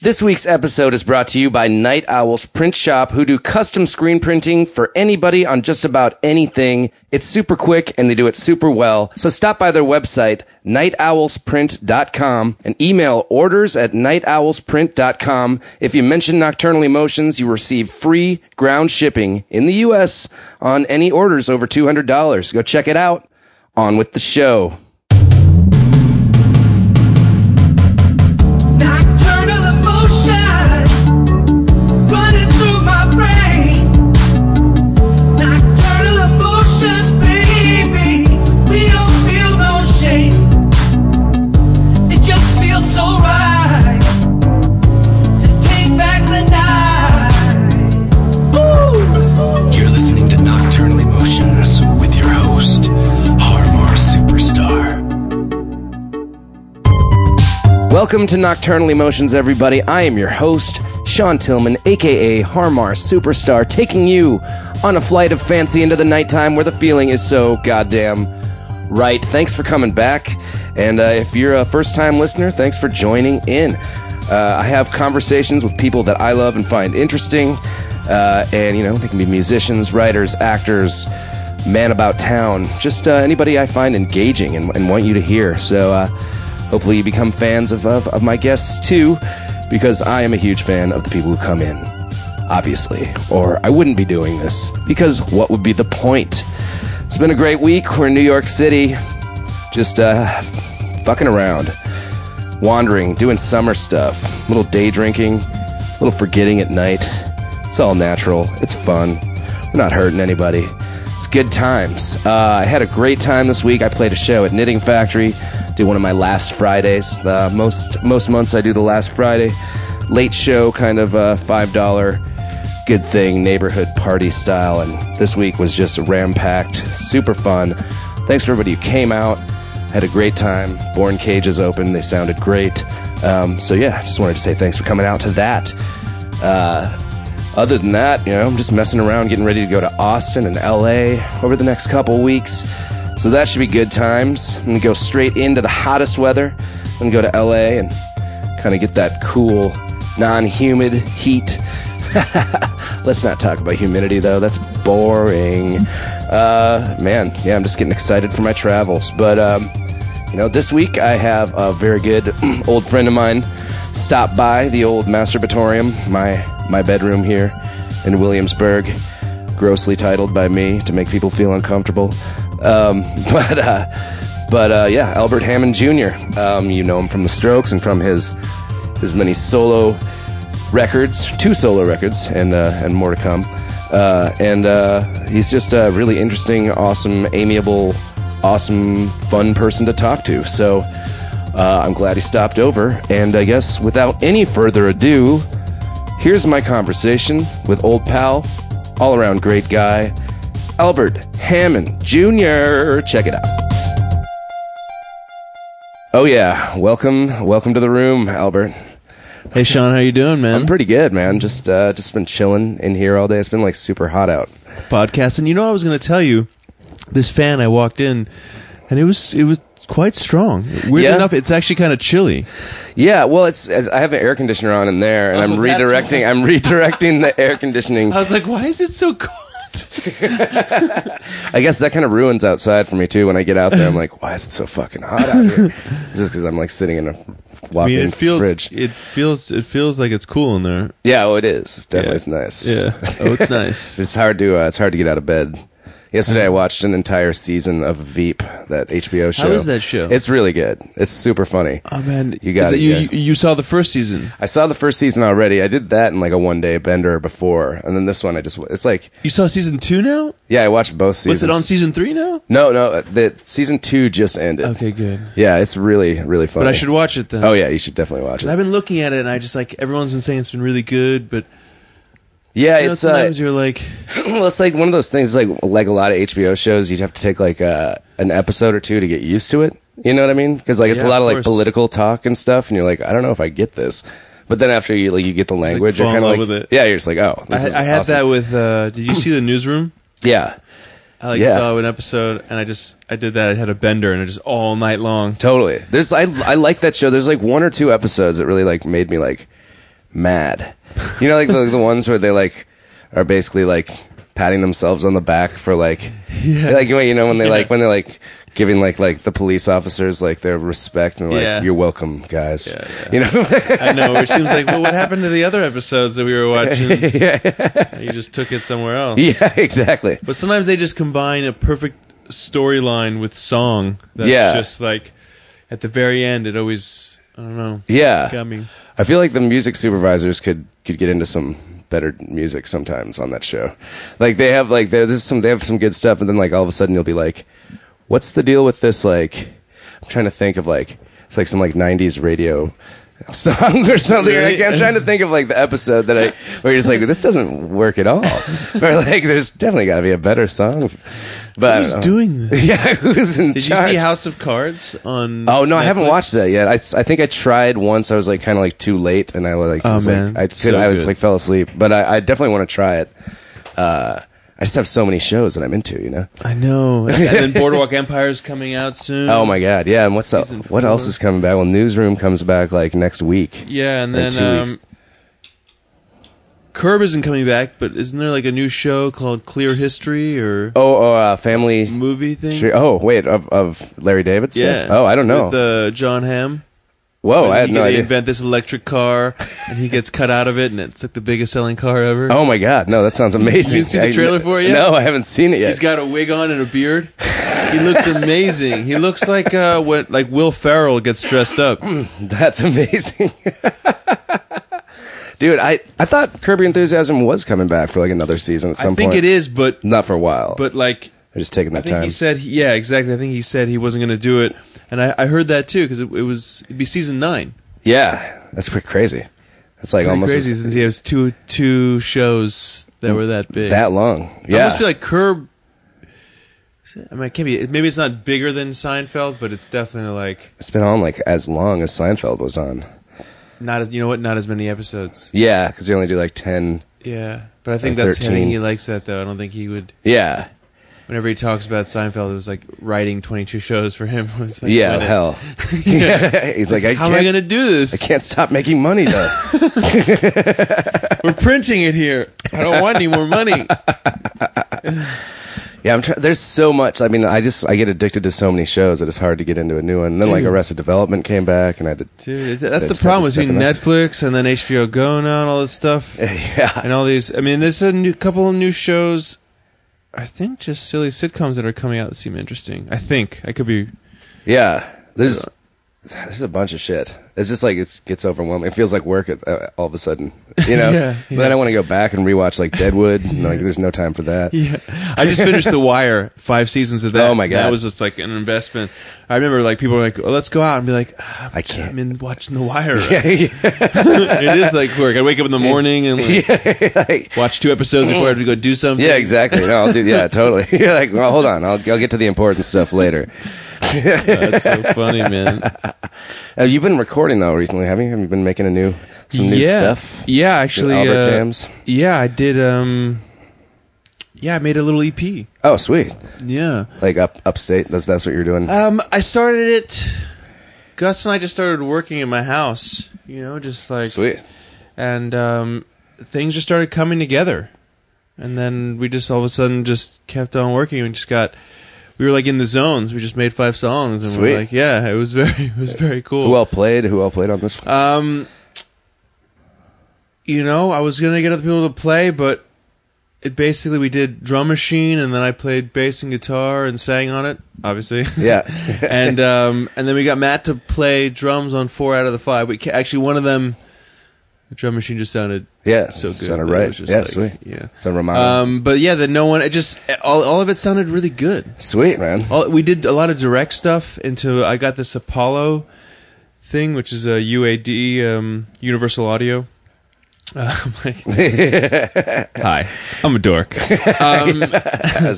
This week's episode is brought to you by Night Owl's Print Shop, who do custom screen printing for anybody on just about anything. It's super quick and they do it super well. So stop by their website, nightowlsprint.com, and email orders at nightowlsprint.com. If you mention Nocturnal Emotions, you receive free ground shipping in the U.S. on any orders over $200. Go check it out. On with the show. Nocturnal emotions running through my brain. Nocturnal emotions, baby, we don't feel no shame. It just feels so right to take back the night. You're listening to Nocturnal Emotions with your host, Harmar Superstar. Welcome to Nocturnal Emotions, everybody. I am your host, Sean Tillman, aka Harmar Superstar, taking you on a flight of fancy into the nighttime where the feeling is so goddamn right. Thanks for coming back. And uh, if you're a first time listener, thanks for joining in. Uh, I have conversations with people that I love and find interesting. Uh, and, you know, they can be musicians, writers, actors, man about town, just uh, anybody I find engaging and, and want you to hear. So, uh, Hopefully, you become fans of, of, of my guests too, because I am a huge fan of the people who come in, obviously, or I wouldn't be doing this, because what would be the point? It's been a great week. We're in New York City, just uh, fucking around, wandering, doing summer stuff, little day drinking, little forgetting at night. It's all natural, it's fun. We're not hurting anybody. It's good times. Uh, I had a great time this week. I played a show at Knitting Factory. Do one of my last Fridays. Uh, most most months I do the last Friday, late show, kind of uh, five dollar good thing, neighborhood party style. And this week was just ram packed, super fun. Thanks for everybody who came out. Had a great time. Born Cages open. They sounded great. Um, so yeah, just wanted to say thanks for coming out to that. Uh, other than that, you know, I'm just messing around, getting ready to go to Austin and LA over the next couple weeks. So that should be good times. I'm gonna go straight into the hottest weather. I'm gonna go to LA and kind of get that cool, non humid heat. Let's not talk about humidity though, that's boring. Uh, man, yeah, I'm just getting excited for my travels. But, um, you know, this week I have a very good old friend of mine stop by the old masturbatorium, my my bedroom here in Williamsburg, grossly titled by me to make people feel uncomfortable. Um, but uh, but uh, yeah, Albert Hammond Jr. Um, you know him from The Strokes and from his his many solo records, two solo records, and uh, and more to come. Uh, and uh, he's just a really interesting, awesome, amiable, awesome, fun person to talk to. So uh, I'm glad he stopped over. And I guess without any further ado, here's my conversation with old pal, all around great guy, Albert Hammond Jr. Check it out. Oh yeah, welcome, welcome to the room, Albert. Hey Sean, how you doing, man? I'm pretty good, man. Just uh, just been chilling in here all day. It's been like super hot out. Podcast, and you know I was going to tell you this fan. I walked in, and it was it was quite strong. Weird Yeah? enough, it's actually kind of chilly. Yeah, well, it's as I have an air conditioner on in there, and I'm Oh, that's redirecting. I'm redirecting the air conditioning. I was like, why is it so cold? I guess that kind of ruins outside for me too. When I get out there, I'm like, why is it so fucking hot out here? Just because I'm like sitting in a I walk-in mean, it feels fridge. it feels it feels like it's cool in there. Yeah, oh, it is. It's definitely Yeah. it's nice. Yeah. Oh, it's nice. It's hard to uh, it's hard to get out of bed. Yesterday I watched an entire season of Veep, that HBO show. is that show? It's really good. It's super funny. Oh man, You got Is it, You, yeah. you you saw the first season. I saw the first season already. I did that in like a one day bender before, and then this one I just it's like You saw season two now. yeah, I watched both seasons. Was it on season three now? No, no, uh, the season two just ended. Okay, good. Yeah, it's really really funny. But I should watch it then. Oh yeah, you should definitely watch 'Cause I've it. been looking at it, and I just like everyone's been saying it's been really good, but Yeah, you know, it's uh, sometimes you're like, well, it's like one of those things. Like like a lot of HBO shows, you'd have to take like uh, an episode or two to get used to it. You know what I mean? Because like it's Yeah, a lot of of like course. political talk and stuff, and you're like, I don't know if I get this. But then after you like you get the language, fall you're in kind of love like, with it. yeah, you're just like, oh, I, this is I had awesome. that with. uh Did you see the newsroom? Yeah, I like Yeah. saw an episode and I just I did that. I had a bender and I just all night long. Totally. There's I I like that show. There's like one or two episodes that really like made me like mad. You know, like the, the ones where they like are basically like patting themselves on the back for like, like you know when they like when they're like giving like like the police officers like their respect and like Yeah. you're welcome guys. Yeah, yeah. You know, I know. It seems like, well, what happened to the other episodes that we were watching? You just took it somewhere else. yeah, exactly. But sometimes they just combine a perfect storyline with song. That's Yeah. just like at the very end, it always I don't know. Yeah. got me. I feel like the music supervisors could could get into some better music sometimes on that show. Like they have like there- there's some they have some good stuff, and then like all of a sudden you'll be like, what's the deal with this? Like I'm trying to think of like it's like some like '90s radio song or something. Like, I'm trying to think of like the episode that I where you're just like this doesn't work at all, or like there's definitely got to be a better song. But I Who's don't know. doing this? Yeah, who's in Did you charge? see House of Cards on? Oh no, I haven't Netflix? watched that yet. I, s- I think I tried once. I was like kind of like too late, and I like Oh, was, man. like, I could So I was good. like fell asleep. But I, I definitely want to try it. Uh, I just have so many shows that I'm into, you know. I know. And then Boardwalk Empire is coming out soon. Oh my god, yeah. And what's up? Season What else four. is coming back? Well, Newsroom comes back like next week. Yeah, and In then two um, weeks. Curb isn't coming back, but isn't there like a new show called Clear History or Oh, oh uh, Family. movie thing? Tree- Oh wait, of of Larry David. stuff? Yeah. Oh, I don't know. With uh, John Hamm. Whoa, And I had he- no they idea. invent this electric car, and he gets cut out of it, and it's like the biggest selling car ever. Oh my god, no, that sounds amazing. didn't see the I- trailer for it yet? No, I haven't seen it yet. He's got a wig on and a beard. He looks amazing. He looks like uh, what like Will Ferrell gets dressed up. Hmm, That's amazing. Dude, I, I thought Curb Your Enthusiasm was coming back for like another season at I some think point. it is, but Not for a while. but like I'm just taking I that think time. he said he- yeah exactly. I think he said he wasn't going to do it, and I, I heard that too because it, it was it'd be season nine. yeah, that's pretty crazy. That's like Pretty almost crazy as- since he has two two shows that were that big. that long. I Yeah. almost feel like Curb. I mean, it can't be. Maybe it's not bigger than Seinfeld, but it's definitely like it's been on like as long as Seinfeld was on. not as you know what, not as many episodes. Yeah, because they only do like 10. Yeah, but I think Or that's him. 13. He likes that though. I don't think he would. Yeah. Whenever he talks about Seinfeld, it was like writing twenty two shows for him was like Yeah, when it- hell. He's like, I How am can't, I gonna do I this? can't stop making money though. We're printing it here. I don't want any more money. Yeah, I'm try- there's so much. I mean, I just I get addicted to so many shows that it's hard to get into a new one. And then like Dude. Arrested Development came back, and I did. Dude, it's- that's They the just have problem to step between it up. Netflix and then HBO Go now and all this stuff. Yeah, and all these. I mean, there's a new couple of new shows. I think just silly sitcoms that are coming out that seem interesting. I think I could be. yeah. There's there's a bunch of shit. It's just like it's gets overwhelming. It feels like work at- uh, all of a sudden, you know. Yeah, But then yeah. I want to go back and rewatch like Deadwood. and, like there's no time for that. Yeah, I just finished The Wire, five seasons of that. Oh, my God. that was just like an investment. I remember like people were like, oh, "Let's go out," and be like, ah, I can't. I'm in watching The Wire. Yeah, it is like work. I wake up in the morning and like, like, watch two episodes before I have to go do something. yeah, exactly. No, I'll do. Yeah, totally. You're like, well, hold on. I'll I'll get to the important stuff later. That's so funny, man. Uh, you've been recording though recently, haven't you? Have you been making a new some new yeah. stuff? Yeah, actually, Albert uh, Jams? Yeah, I did. um Yeah, I made a little E EP. Oh, sweet. Yeah. Like up upstate. That's that's what you're doing. Um, I started it. Gus and I just started working in my house. You know, just like Sweet. and um, things just started coming together. And then we just all of a sudden just kept on working and just got. We were like in the zones. We just made five songs and we Sweet. were like, yeah, it was very, it was very cool. Who all played? Who all played on this one? Um, you know, I was gonna get other people to play, but it basically we did drum machine, and then I played bass and guitar and sang on it, obviously. Yeah. and um, and then we got Matt to play drums on four out of the five. We ca- actually one of them, the drum machine just sounded Yeah, so good. sounded that it right. was just Yeah, like- sweet. yeah. So Ramada. Um, but yeah, that no one. It just all all of it sounded really good. sweet man. All, we did a lot of direct stuff into. I got this Apollo thing, which is a UAD, um, Universal Audio. Uh, I'm like, hi, I'm a dork, This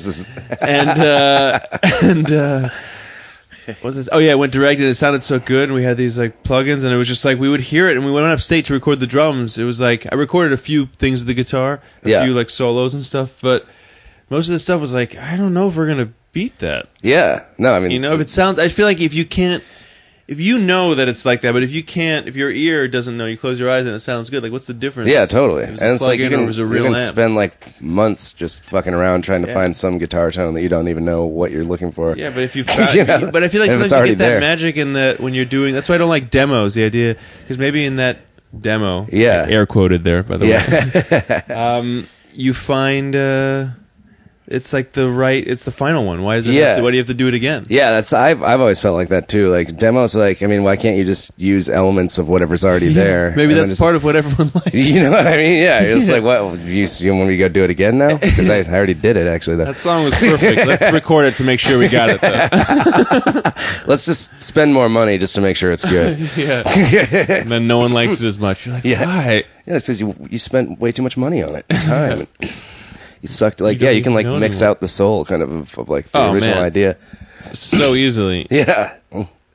is- Um, and uh, and uh, what was this? Oh yeah, it went direct, and it sounded so good. And we had these like plugins, and it was just like we would hear it, and we went on upstate to record the drums. It was like I recorded a few things of the guitar, a Yeah. few like solos and stuff, but most of the stuff was like I don't know if we're gonna beat that. yeah. No, I mean, You know, if it sounds, I feel like if you can't, if you know that it's like that, but if you can't, if your ear doesn't know, you close your eyes and it sounds good. Like, what's the difference? Yeah, totally. It And was a it's like you plug-in or can, it was a you real can amp. spend like months just fucking around trying to Yeah. find some guitar tone that you don't even know what you're looking for. Yeah, but if you, found, You know? but I feel like If sometimes it's you already get that there. magic in that when you're doing. That's why I don't like demos. The idea because maybe in that demo, Yeah. air quoted there by the way, yeah. um, you find uh, it's like the right, it's the final one. Why is it? Yeah. why do you have to do it again? Yeah, that's I've I've always felt like that too. Like demos, like I mean, why can't you just use elements of whatever's already there? Maybe and then that's just- part of what everyone likes. You know what I mean? Yeah, it's like what you, you want me to go do it again now? Because I, I already did it actually. Though. That song was perfect. Let's record it to make sure we got it. Though. Let's just spend more money just to make sure it's good. yeah. And then no one likes it as much. You're like, Yeah. why? Yeah, it says you you spent way too much money on it, and time. and you sucked. Like You yeah, don't you can even like know mix anymore. out the soul kind of of, like the Oh, original man. idea. So easily. Yeah.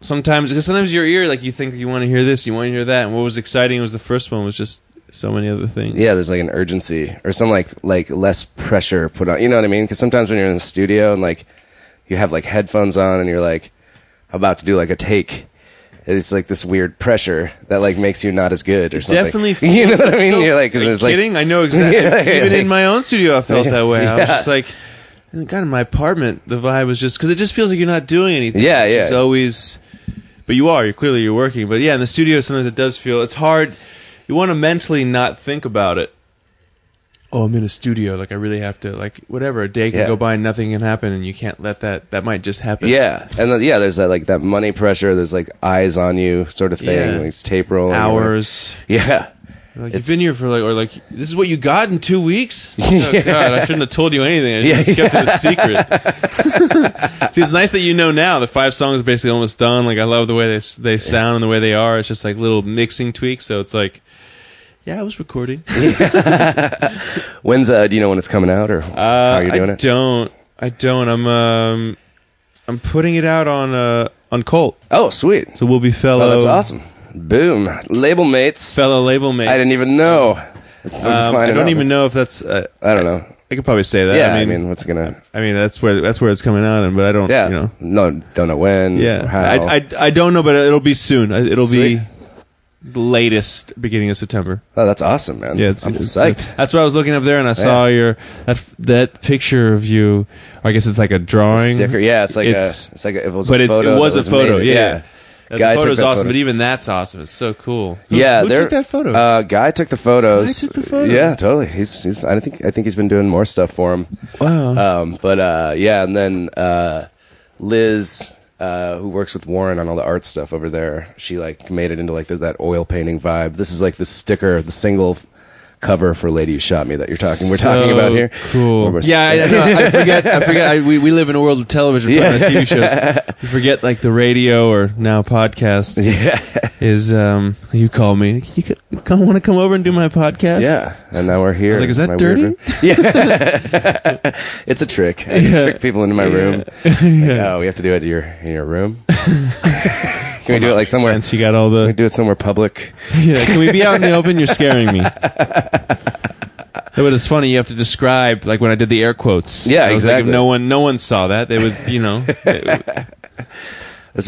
sometimes because sometimes your ear like you think you want to hear this you want to hear that and what was exciting was the first one was just so many other things Yeah, there's like an urgency or some like like less pressure put on. You know what I mean? Because sometimes when you're in the studio and like you have like headphones on and you're like about to do like a take, it's like this weird pressure that like makes you not as good or something. definitely you know what I mean? Still- you're like, because are you there's like kidding i know exactly Yeah, yeah, even like- in my own studio i felt that way i Yeah. was just like and god in my apartment the vibe was just because it just feels like you're not doing anything Yeah, It's yeah. just always but you are you're clearly you're working but yeah in the studio sometimes it does feel it's hard you want to mentally not think about it oh i'm in a studio like i really have to like whatever a day can Yeah. go by and nothing can happen and you can't let that that might just happen yeah, and then, yeah, there's that like that money pressure. There's like eyes on you sort of thing. Yeah. Like it's tape rolling. or whatever. hours. Yeah. Like, It's- you've been here for like, or like, this is what you got in two weeks? Oh, God, I shouldn't have told you anything. I Yeah, just kept it a secret. See, it's nice that you know now. The five songs are basically almost done. Like, I love the way they, s- they sound and the way they are. It's just like little mixing tweaks. So it's like, yeah, I was recording. When's uh? Do you know when it's coming out or how you doing Uh, I it? don't. I don't. I'm, um, I'm putting it out on, uh, on Colt. Oh, sweet. So we'll be fellow, Oh, that's awesome. Boom. Label mates. fellow label mates. I didn't even know. I'm just Um, I finding don't out. even know if that's, uh, I don't know. I could probably say that. Yeah, I mean, what's gonna? I mean, that's where that's where it's coming out, and but I don't, Yeah, you know, no, don't know when. yeah, or how. I, I I don't know, but it'll be soon. I- It'll Sweet. be the latest beginning of September. oh, that's awesome, man. Yeah, it's, I'm it's- psyched. that's what I was looking up there, and I saw your that that picture of you. Or I guess it's like a drawing Sticker. Yeah, it's like It's- a. It's like a, if it was but a it, photo. it was that a photo. made. Yeah, That- Guy the took photo's that awesome, photo. but even that's awesome. It's so cool. Who, yeah, who they're- took that photo? Uh, guy took the photos. Guy took the photo. Yeah, totally. He's, he's. I think. I think he's been doing more stuff for him. wow. Um, but uh, yeah, and then uh, Liz, uh, who works with Warren on all the art stuff over there, she like made it into like the, that oil painting vibe. This is like the sticker, the single f- cover for "Lady Who Shot Me" that you're talking. We're talking So about here. Where Cool. we're- Yeah, I, I- I forget. I forget. I, we we live in a world of television. We're talking about TV shows. You forget like the radio or now podcast yeah, is. Um, you call me. You come want to come over and do my podcast? yeah. And now we're here. was like, is in that my weird dirty? room. Yeah, it's a trick. I just Yeah. trick people into my room. Like, oh, we have to do it in your in your room. Can we do it like somewhere? Since you got all Can we the. do it somewhere public? Yeah. Can we be out in the open? You're scaring me. No, But it's funny. You have to describe like when I did the air quotes. Yeah, I was like, if exactly. no one, no one saw that. They would, you know. This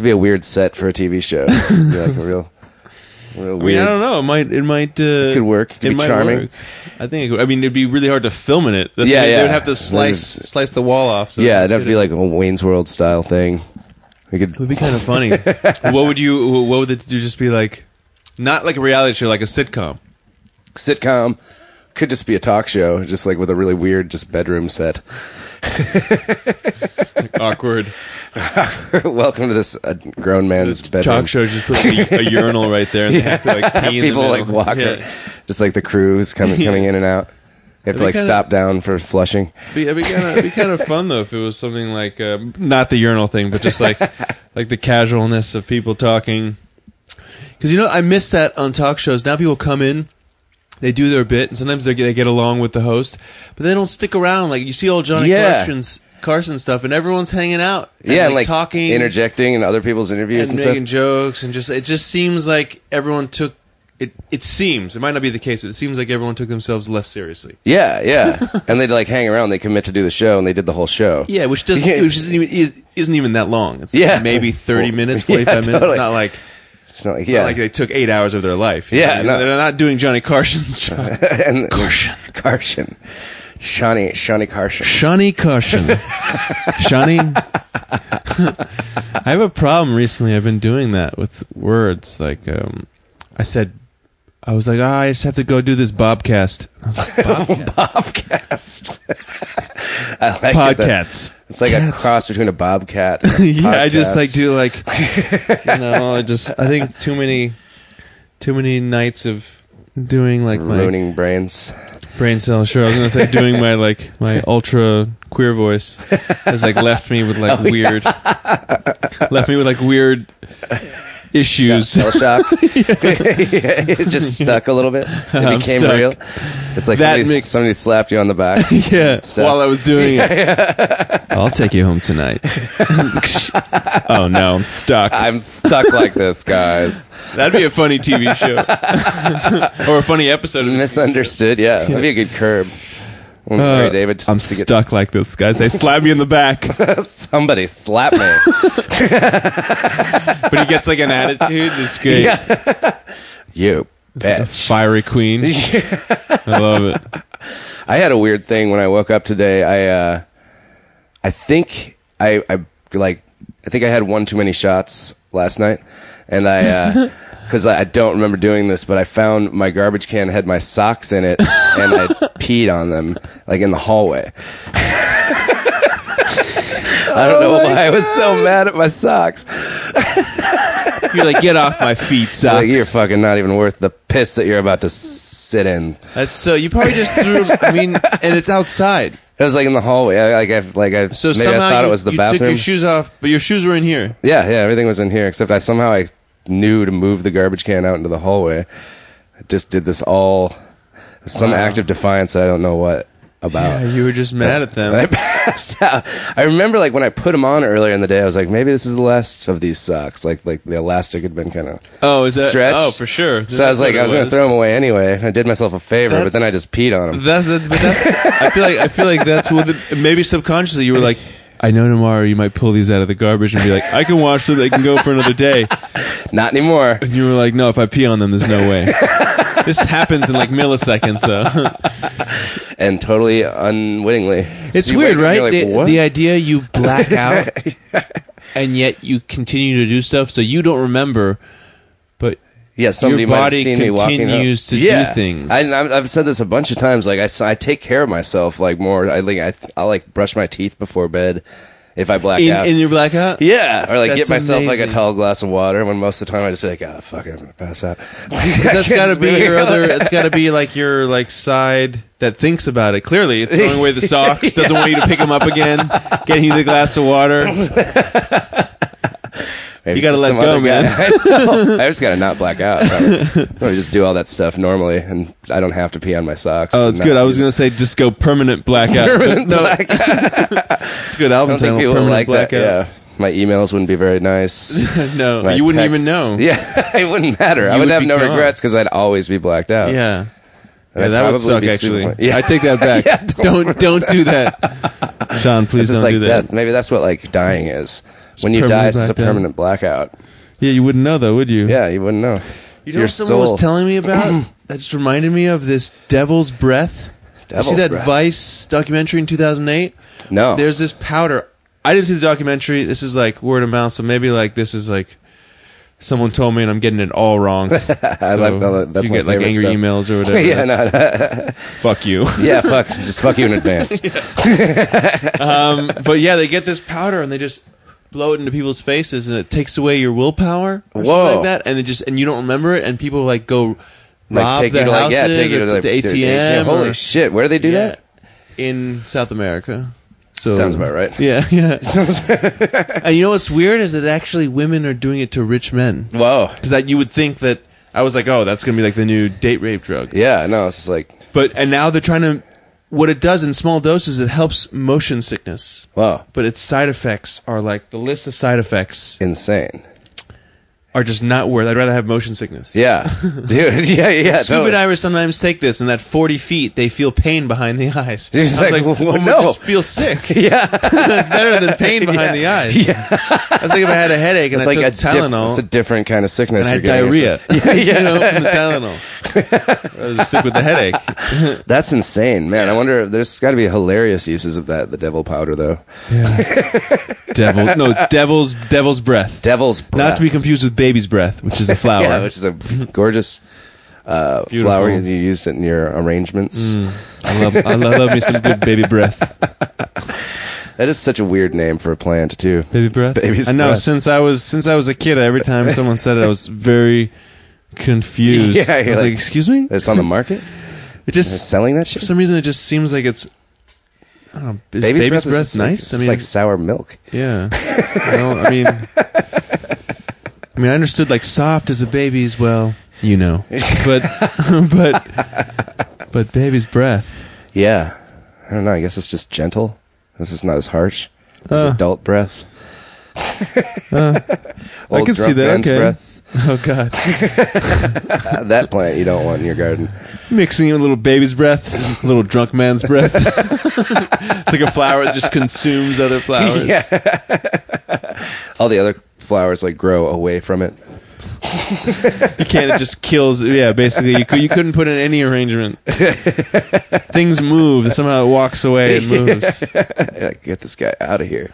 would be a weird set for a TV show. It'd be like a real, real I mean, weird. I don't know. It might. It might. Uh, it could work. It could be charming. I think. It could, I mean, it'd be really hard to film in it. That's Yeah, yeah, They yeah. would have to slice slice the wall off. So yeah, it'd have to be like a Wayne's World style thing. We could. It would be kind of funny. what would you? What would it do? Just be like, not like a reality show, like a sitcom. sitcom could just be a talk show, just like with a really weird just bedroom set. Awkward. Welcome to this uh, grown man's This bedroom. talk show just put like a, a urinal right there, and they have to like pee in the People like middle. walk, Yeah. ar- just like the crews coming coming in and out. They have to They like kinda- stop down for flushing. Be, it'd be kind of it'd be kind of fun though if it was something like um, not the urinal thing, but just like like the casualness of people talking. Because you know, I miss that on talk shows. Now people come in, they do their bit, and sometimes they get, they get along with the host, but they don't stick around. Like you see all Johnny Yeah. Carson's Carson stuff, and everyone's hanging out. And, yeah, like, talking, interjecting in other people's interviews and and, making jokes, and just it just seems like everyone took it it seems it might not be the case, but it seems like everyone took themselves less seriously. Yeah, yeah. and they'd like hang around. They commit to do the show, and they did the whole show. Yeah, which doesn't Yeah. which isn't even, isn't even that long. It's Yeah. like maybe thirty minutes, forty five Yeah, minutes. totally. It's not like It's not like it's yeah, not like they took eight hours of their life. Yeah, You know, no. they're not doing Johnny Carson's job. and Carson, Carson, Shawnee, Shawnee Carson. Shawnee Carson, Shawnee. I have a problem recently. I've been doing that with words. Like um, I said, I was like, ah, I just have to go do this Bobcast. I was like, Bobcast. Bobcast. I like it that- Podcats. It's like a cross between a bobcat. And a yeah, I just podcast. like do like you know, I just I think too many too many nights of doing like my ruining brains. brain cell sure I was gonna say doing my like my ultra queer voice has like left me with Oh, like weird left me with like weird issues. Shell shock. it just stuck a little bit. It I'm became stuck. real. It's like That somebody, mix- somebody slapped you on the back. Yeah, stuff. while I was doing it, I'll take you home tonight. oh no, I'm stuck. I'm stuck like this, guys. That'd be a funny TV show or a funny episode. Of Misunderstood. Yeah, that'd be a good curb. Mm, Uh, Larry David, just I'm to get- stuck like this, guys. They slap me in the back, somebody slap me. but he gets like an attitude. It's great. Yeah. you bitch. Fiery queen. I love it. I had a weird thing when I woke up today. I uh I think I I like I think I had one too many shots last night and I uh 'cause cuz I, I don't remember doing this but I found my garbage can had my socks in it and I peed on them like in the hallway. I don't know why I was so mad at my socks. You're like, get off my feet, socks. Like you're fucking not even worth the piss that you're about to sit in. That's so. You probably just threw. I mean, and it's outside. It was like in the hallway. I, like I like I So maybe somehow I thought you, it was the you bathroom. took your shoes off, but your shoes were in here. Yeah, yeah, everything was in here except I somehow I knew to move the garbage can out into the hallway. I just did this all some act of defiance I don't know what about. Yeah, you were just mad at And I them. passed out. I remember like when I put them on earlier in the day, I was like, maybe this is the last of these socks. Like like the elastic had been kind of Oh, is that? stretched. Oh, for sure. So I was like, I was, gonna throw them away anyway. I did myself a favor, but then I just peed on them. That, that, but that's, I feel like I feel like that's what the, maybe subconsciously you were like. I know tomorrow you might pull these out of the garbage and be like, I can wash them. They can go for another day. Not anymore. And you were like, no, if I pee on them, there's no way. this happens in like milliseconds, though. And totally unwittingly. It's So you weird, wake up and right? you're like, the, "What?" the idea you black out and yet you continue to do stuff, so you don't remember, but Yeah, somebody Your might body have seen me walking up. continues to do yeah. things. I, I've- I've said this a bunch of times. Like I, s- I take care of myself like more. I like I, I like brush my teeth before bed if I black in, out. in your blackout, yeah, or like That's get myself like a amazing. tall glass of water. When most of the time I just be like, ah, fuck it, I'm gonna pass out. that's got to be your other. It's got to be like your like side that thinks about it. Clearly, throwing away the socks doesn't want you to pick them up again. Getting you the glass of water. Maybe you gotta it's let some go, other guy. man. I, know. I just gotta not black out. I I just do all that stuff normally, and I don't have to pee on my socks. Oh, to that's not good. I do was that. gonna say just go permanent blackout. Permanent no, blackout. it's a good album I don't think title. people Permanent like that. blackout. Yeah, my emails wouldn't be very nice. no, My you wouldn't even texts- know. Yeah, it wouldn't matter. I You would, would have be no gone. regrets because I'd always be blacked out. Yeah. And Yeah, I'd that probably would suck. be super Actually, fun- Yeah, I take that back. Yeah, don't- don't, don't do that, Sean. Please this don't is like do that. death. Maybe that's what like dying is. when you permanent die, it's a blackout. permanent blackout. Yeah, you wouldn't know though, would you? Yeah, you wouldn't know. You know Your what someone soul. was telling me about? that just reminded me of this Devil's Breath. Oh. Devil's you see that Breath. Vice documentary in 2008? No, There's this powder. I didn't see the documentary. This is like word of mouth, so maybe like this is like someone told me and I'm getting it all wrong. I like- I like- that's you my get like favorite angry stuff. emails or whatever. yeah, That's- no, no. Fuck you. yeah, fuck, just fuck you in advance. Um, but yeah, they get this powder and they just blow it into people's faces, and it takes away your willpower or Whoa. something like that. And it just and you don't remember it, and people like go Like rob take you their to like houses yeah, take you or to to like the to ATM. Holy or- shit, where do they do yeah, that? in South America. So Sounds about right. Yeah, yeah. and you know what's weird is that actually women are doing it to rich men. Whoa. Because that you would think that I was like, oh, that's gonna be like the new date rape drug. Yeah, no, it's just like But and now they're trying to. What it does in small doses, it helps motion sickness wow, but its side effects are like the list of side effects insane. are just not worth. I'd rather have motion sickness. Yeah, dude. Yeah, yeah. Scuba totally. divers sometimes take this, and that 40 feet, they feel pain behind the eyes. You're just I was like, well, one no. would just feel sick. Yeah, That's better than pain behind the eyes. yeah. That's like if I had a headache and It's I like a took diff- Tylenol it's a different kind of sickness. and I had you're getting diarrhea. yourself- Yeah, yeah. you know, from the Tylenol. I was just sick with the headache. That's insane, man. I wonder. if There's got to be hilarious uses of that. The devil powder, though. Devil, no, it's devil's devil's breath. Devil's breath. Not to be confused with baby's breath, which is the flower. Yeah, which is a gorgeous uh, Beautiful. Mm. flower as you used it in your arrangements. I love, I love, love me some good baby breath. That is such a weird name for a plant, too. Baby breath. Baby's I know. breath. Since I was since I was a kid, every time someone said it, I was very confused. Yeah, I you're was like, like- "Excuse me." It's on the market. It They're just selling that for shit. some reason it just seems like it's. I don't know, Baby's, is baby's, breath, breath, is just like- nice. I it's mean, like sour milk. yeah. I, don't- I mean, I mean, I understood like soft as a baby's. Well, you know, but but but baby's breath. Yeah, I don't know. I guess it's just gentle. This is not as harsh as Uh. adult breath. I Old can see drunk man's that. Okay. breath. Oh God, Uh, that plant you don't want in your garden. mixing in a little baby's breath, a little drunk man's breath. it's like a flower that just consumes other flowers. Yeah. All the other flowers like grow away from it. You can't. It just kills. Yeah, basically, you, cou- you couldn't put in any arrangement. Things move. Somehow it walks away and moves. Like, get this guy out of here.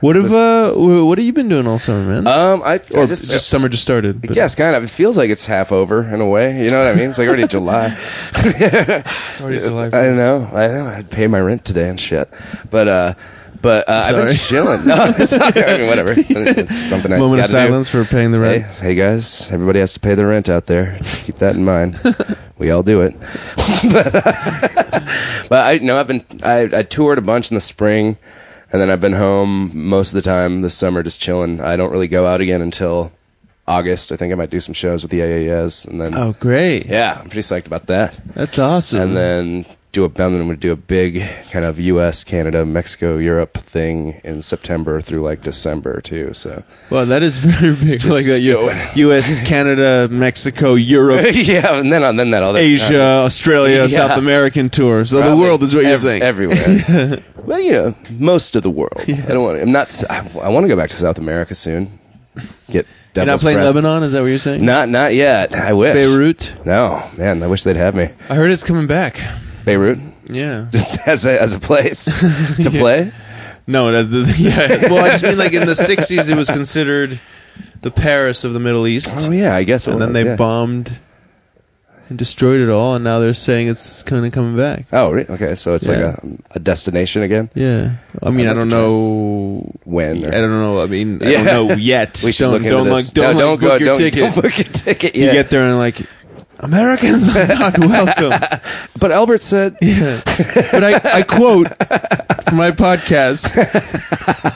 What have uh, wh- what have you been doing all summer, man? Um, I, I or just, uh, just, summer just started. but- yes, kind of. It feels like it's half over in a way. You know what I mean? It's like already July. it's already July. I know. I know. I'd pay my rent today and shit. But uh, but uh, I've been Sorry. chilling. No, it's not, I mean, whatever. It's something I Moment of gotta do. silence for paying the Hey, rent. hey guys, everybody has to pay their rent out there. Keep that in mind. we all do it. but I no, I've been I, I toured a bunch in the spring, and then I've been home most of the time this summer, just chilling. I don't really go out again until August. I think I might do some shows with the AAS, and then Oh, Mm-hmm. great! yeah, I'm pretty psyched about that. That's awesome. And uh, then do a and then we do a big kind of U.S., Canada, Mexico, Europe thing in September through like December too. So well, that is very big. like that, you, going. U.S., Canada, Mexico, Europe, yeah, and then on then that other Asia, Australia, Yeah. South American tour. So the Probably world is what you're ev- saying. Everywhere. well, you know, most of the world. I don't want. I'm not. s- I, want to go back to South America soon. Get You're not devil's playing breath. Lebanon? Is that what you're saying? Not not yet. I wish. Beirut. No, man. I wish they'd have me. I heard it's coming back. Beirut, Yeah. just as a as a place to play. No, it has the yeah. Well, I just mean like in the '60s, it was considered the Paris of the Middle East, Oh yeah, I guess. it and then was, they yeah. bombed and destroyed it all, and now they're saying it's kind of coming back. Oh, re- okay. So it's like Yeah. a, um, a destination again. Yeah, I mean, I'd I like to don't try it. know. When? I or- don't know. I mean, I Yeah. don't know yet. We should don't, look into don't this. Like, don't, no, don't like, go. book your don't, ticket. don't book your ticket. You yet. get there and like. Americans are not welcome. But Albert said, Yeah. But I, I quote from my podcast.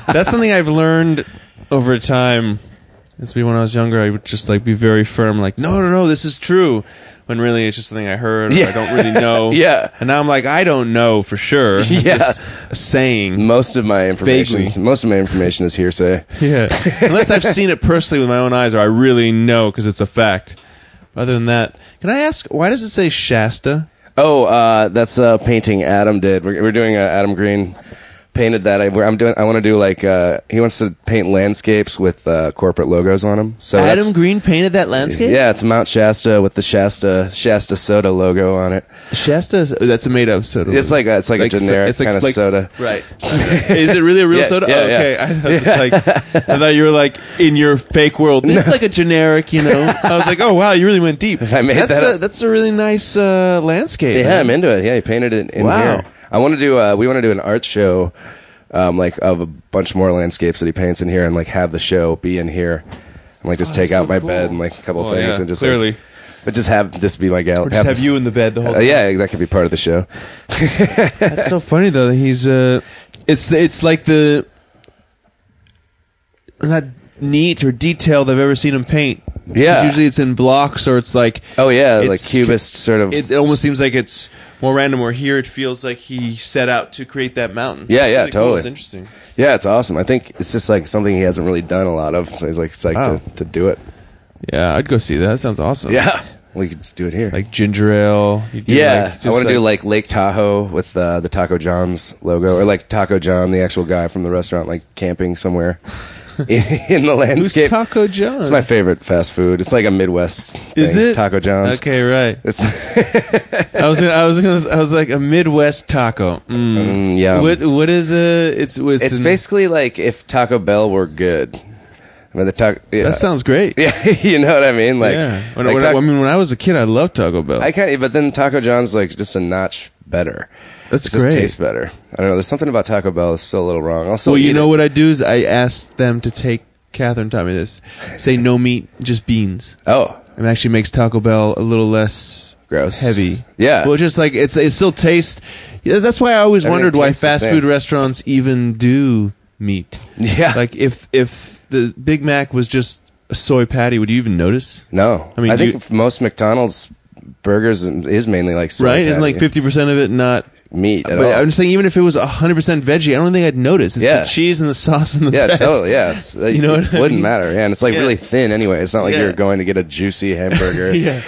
That's something I've learned over time. It's me when I was younger. I would just like be very firm, like, no, no, no, this is true. When really it's just something I heard. Or Yeah. I don't really know. Yeah. And now I'm like, I don't know for sure. I'm Yeah. just saying. most of my information. Vaguely. Most of my information is hearsay. Yeah. Unless I've seen it personally with my own eyes, or I really know because it's a fact. Other than that, can I ask why does it say Shasta? Oh, uh, that's a painting Adam did. We're, we're doing a Adam Green painted that. I, we're- I'm doing. I want to do like uh, he wants to paint landscapes with uh, corporate logos on them. So that's- Adam Green painted that landscape. yeah, it's Mount Shasta with the Shasta Shasta soda logo on it. Shasta, is- that's a made up soda. It's like a, it's like, Like, a generic it's like- kind of like- soda. right. Is it really a real Yeah, soda? yeah, oh, okay. yeah. I, was just like, I thought you were like in your fake world. It's like a generic, you know. I was like, oh wow, you really went deep. I made that's that a, up. That's a really nice uh, landscape. Yeah, man. I'm into it. Yeah, he painted it in Wow. here. I want to do. Uh, we want to do an art show, um, like of a bunch more landscapes that he paints in here, and like have the show be in here, and like just take Oh, that's out so my cool. bed and like a couple Oh, things, yeah, and just clearly. like, but just have this be my gallery. Or just have you in the bed the whole Uh, time. yeah, that could be part of the show. That's so funny though. that He's uh, it's it's like the not neat or detailed I've ever seen him paint. 'Cause Yeah. usually it's in blocks or it's like Oh yeah, It's like cubist sort of. it, it almost seems like it's more random. Where here it feels like he set out to create that mountain. Yeah, yeah, Really cool. totally. It's interesting. yeah, it's awesome. I think it's just like something he hasn't really done a lot of, so he's like psyched Wow. to, to do it. Yeah, I'd go see that. That sounds awesome. Yeah, we could just do it here. Like ginger ale. You do yeah, like- I just uh, want to do like Lake Tahoe with uh, the Taco John's logo, or like Taco John, the actual guy from the restaurant, like camping somewhere in, in the Who's landscape. Taco John? It's my favorite fast food. It's like a Midwest. Is thing, it? Taco John's? Okay, right. It's I was gonna, I was gonna, I was like a Midwest taco. Mm. Mm, yeah. What what is a? It's it's, it's an- basically like if Taco Bell were good. I mean, the taco. Yeah. That sounds great. yeah, you know what I mean. Like, yeah. When, like when I, Taco- I mean, when I was a kid, I loved Taco Bell. I can't, but then Taco John's like just a notch better. That's it just great. tastes better. I don't know. There's something about Taco Bell that's still a little wrong. Also, well, you know what I do is I asked them to take Catherine taught me this. Say no meat, just beans. Oh, It actually makes Taco Bell a little less Gross. heavy. Yeah. Well, just like it's it still tastes. Yeah, that's why I always Everything wondered why tastes the fast same. food restaurants even do meat. yeah. Like if if the Big Mac was just a soy patty, would you even notice? no, I I mean, think you- f- most McDonald's burgers and- is mainly like soy right? Isn't patty. like fifty percent of it not? meat at but all. I'm just saying, even if it was hundred percent veggie, I don't think I'd notice. It's Yeah. the cheese and the sauce and the yeah, bread. totally. Yeah, it's, You know it what I wouldn't mean? matter. Yeah, and it's like Yeah. really thin anyway. It's not like Yeah. you're going to get a juicy hamburger. Yeah.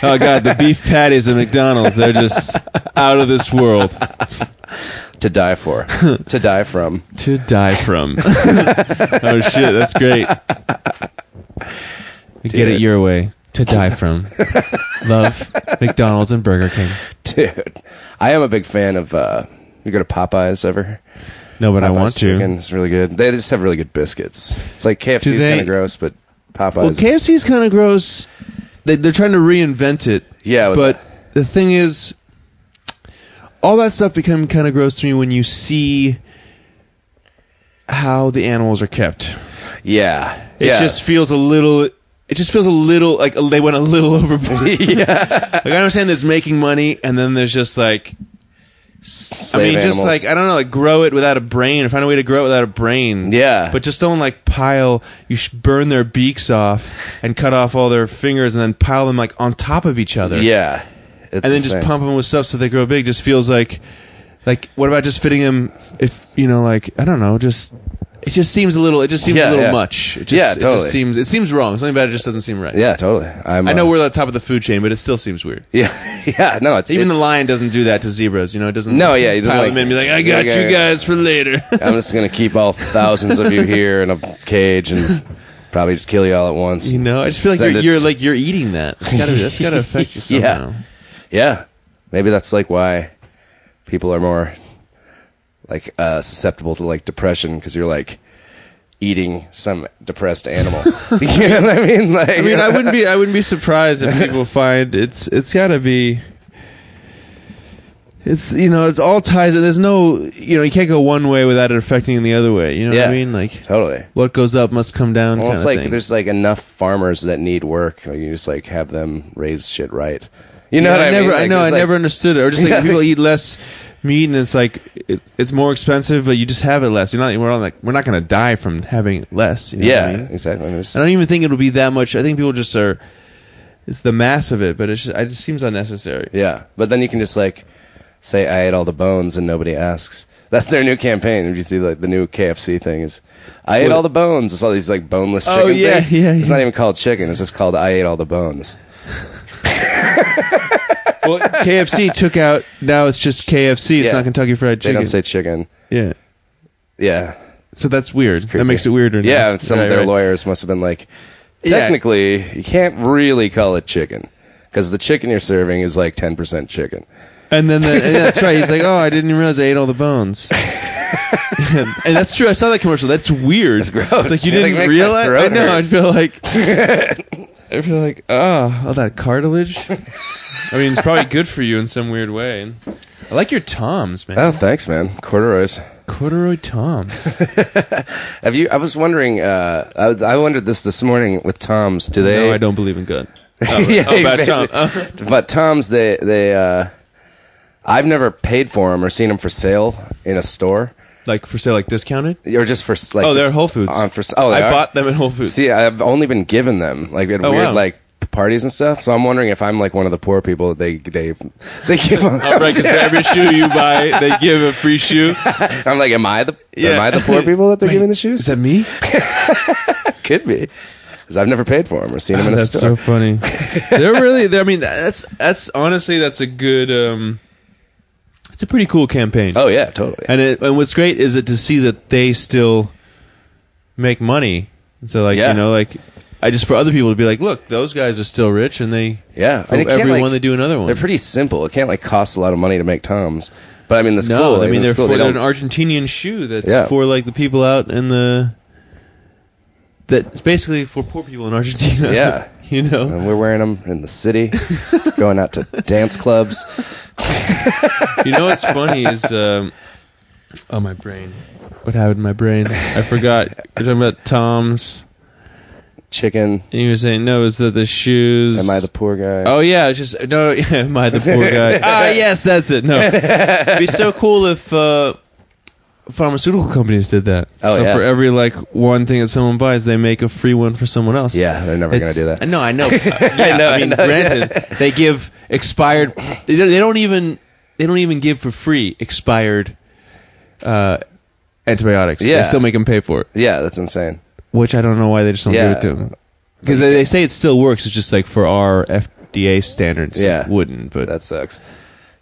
oh god, the beef patties at McDonald's, they're just out of this world to die for, to die from. to die from. oh shit, that's great. Get it Dude. your way. To die from. Love McDonald's and Burger King. Dude, I am a big fan of. uh You go to Popeyes ever? No, but I Popeyes want to. chicken is really good. They just have really good biscuits. It's like KFC Do is they- kind of gross, but Popeyes. Well, is- KFC's kind of gross. They, they're trying to reinvent it. Yeah, with but the thing is, all that stuff become kind of gross to me when you see how the animals are kept. yeah, It yeah. just feels a little. It just feels a little like they went a little overboard. Like I understand there's making money, and then there's just like I Slave mean, just animals. like I don't know, like grow it without a brain, or find a way to grow it without a brain. Yeah. But just don't like pile. You sh- burn their beaks off and cut off all their fingers, and then pile them like on top of each other. yeah, It's And then insane. just pump them with stuff so they grow big. Just feels like, like what about just fitting them? If you know, like I don't know, just it just seems a little. It just seems Yeah, a little yeah. much. It just, Yeah, it just totally. seems it seems wrong. Something about it just doesn't seem right. Yeah, totally. I'm, I know uh, we're at the top of the food chain, but it still seems weird. Yeah, yeah. No, it's Even it- the lion doesn't do that to zebras, you know. It doesn't. No, yeah, he doesn't pile like- uh, them in and be like, "I got Yeah, yeah, you yeah. guys for later." I'm just gonna keep all thousands of you here in a cage and probably just kill you all at once. you know, I just feel like Send you're, it- you're like you're eating that. It's gotta, that's got to affect you Yeah. somehow. yeah. Maybe that's like why people are more like uh, susceptible to like depression because you're like eating some depressed animal. you know what I mean? Like, I mean, I wouldn't be I wouldn't be surprised if people find it's it's got to be. It's you know it's all ties. There's no you know you can't go one way without it affecting the other way. You know Yeah. what I mean? Like totally. what goes up must come down. Well, kinda it's like thing. there's like enough farmers that need work. Like, you just like have them raise shit right. You know Yeah, what I, I, never, mean? Like, I know. I there's, like- never understood it. Or just like people eat less meat, and it's like it, it's more expensive, but you just have it less. You're not. We're all like we're not going to die from having less. You know what Yeah, I, mean? exactly. I mean, it's- I don't even think it'll be that much. I think people just are. It's the mass of it, but it's just, it just seems unnecessary. Yeah, but then you can just like say I ate all the bones and nobody asks. That's their new campaign. If you see like the new KFC thing is, I ate What- all the bones. It's all these like boneless Oh, chicken yeah, things. yeah, It's yeah. not even called chicken. It's just called I ate all the bones. well, KFC took out. Now it's just KFC. It's Yeah. not Kentucky Fried They Chicken. don't say chicken. yeah. Yeah, So that's weird. creepy. That makes it weirder. now. yeah. and Some Right, of their right. lawyers must have been like, Yeah. technically, you can't really call it chicken because the chicken you're serving is like ten percent chicken. And then the, and that's right. He's like, "Oh, I didn't even realize I ate all the bones." and, and that's true. I saw that commercial. That's weird. That's gross. Like you It, like, didn't makes my realize. throat I know. hurt. I feel like. I feel like, oh, all that cartilage. I mean, it's probably good for you in some weird way. I like your toms, man. Oh, thanks, man. Corduroys. Corduroy toms. Have you? I was wondering. Uh, I, I wondered this this morning with Tom's. Do they? no, I don't believe in God. yeah, Oh, about basically. Tom. Oh. but Tom's they they uh I've never paid for them or seen them for sale in a store Like for sale, like discounted. or just for s- like oh, they're just Whole Foods. on for s- oh they I are? bought them at Whole Foods. see I've only been given them like at Oh, weird wow. like parties and stuff so I'm wondering if I'm like one of the poor people that they they they give them Oh, right, 'cause for every shoe you buy, they give a free shoe. I'm like am I the Yeah. am I the poor people that they're giving the shoes Is that me? could be because I've never paid for them or seen them in a That's store. so funny. they're really. They're, I mean, that's that's honestly that's a good. um It's a pretty cool campaign. oh yeah, totally. And it, and what's great is that to see that they still make money. And So like Yeah. you know like I just for other people to be like, look, those guys are still rich, and they Yeah, for and it can't, every like- one they do another one. They're pretty simple. It can't like cost a lot of money to make toms, but I mean that's no, cool. I mean they're that's cool. for They they're don't- an Argentinian shoe that's Yeah. for like the people out in the that's basically for poor people in Argentina. Yeah. you know. and we're wearing them in the city, going out to dance clubs. you know what's funny is um, oh my brain. What happened to my brain? I forgot. You're talking about Tom's, Chicken. and you were saying no. Is that the shoes? Am I the poor guy? Oh yeah, it's just no. Yeah, am I the poor guy? ah, yes, that's it. No, it'd be so cool if uh, pharmaceutical companies did that. Oh, so yeah. for every like one thing that someone buys, they make a free one for someone else. yeah, they're never gonna It's- do that. No, I know. I know. I mean, granted, they give expired. They don't, they don't even. They don't even give for free expired uh, antibiotics. Yeah. They still make them pay for it, Yeah, that's insane. which I don't know why they just don't Yeah. give it to them. Because they, they say it still works. It's just like for our FDA standards, Yeah. it wouldn't. But That sucks.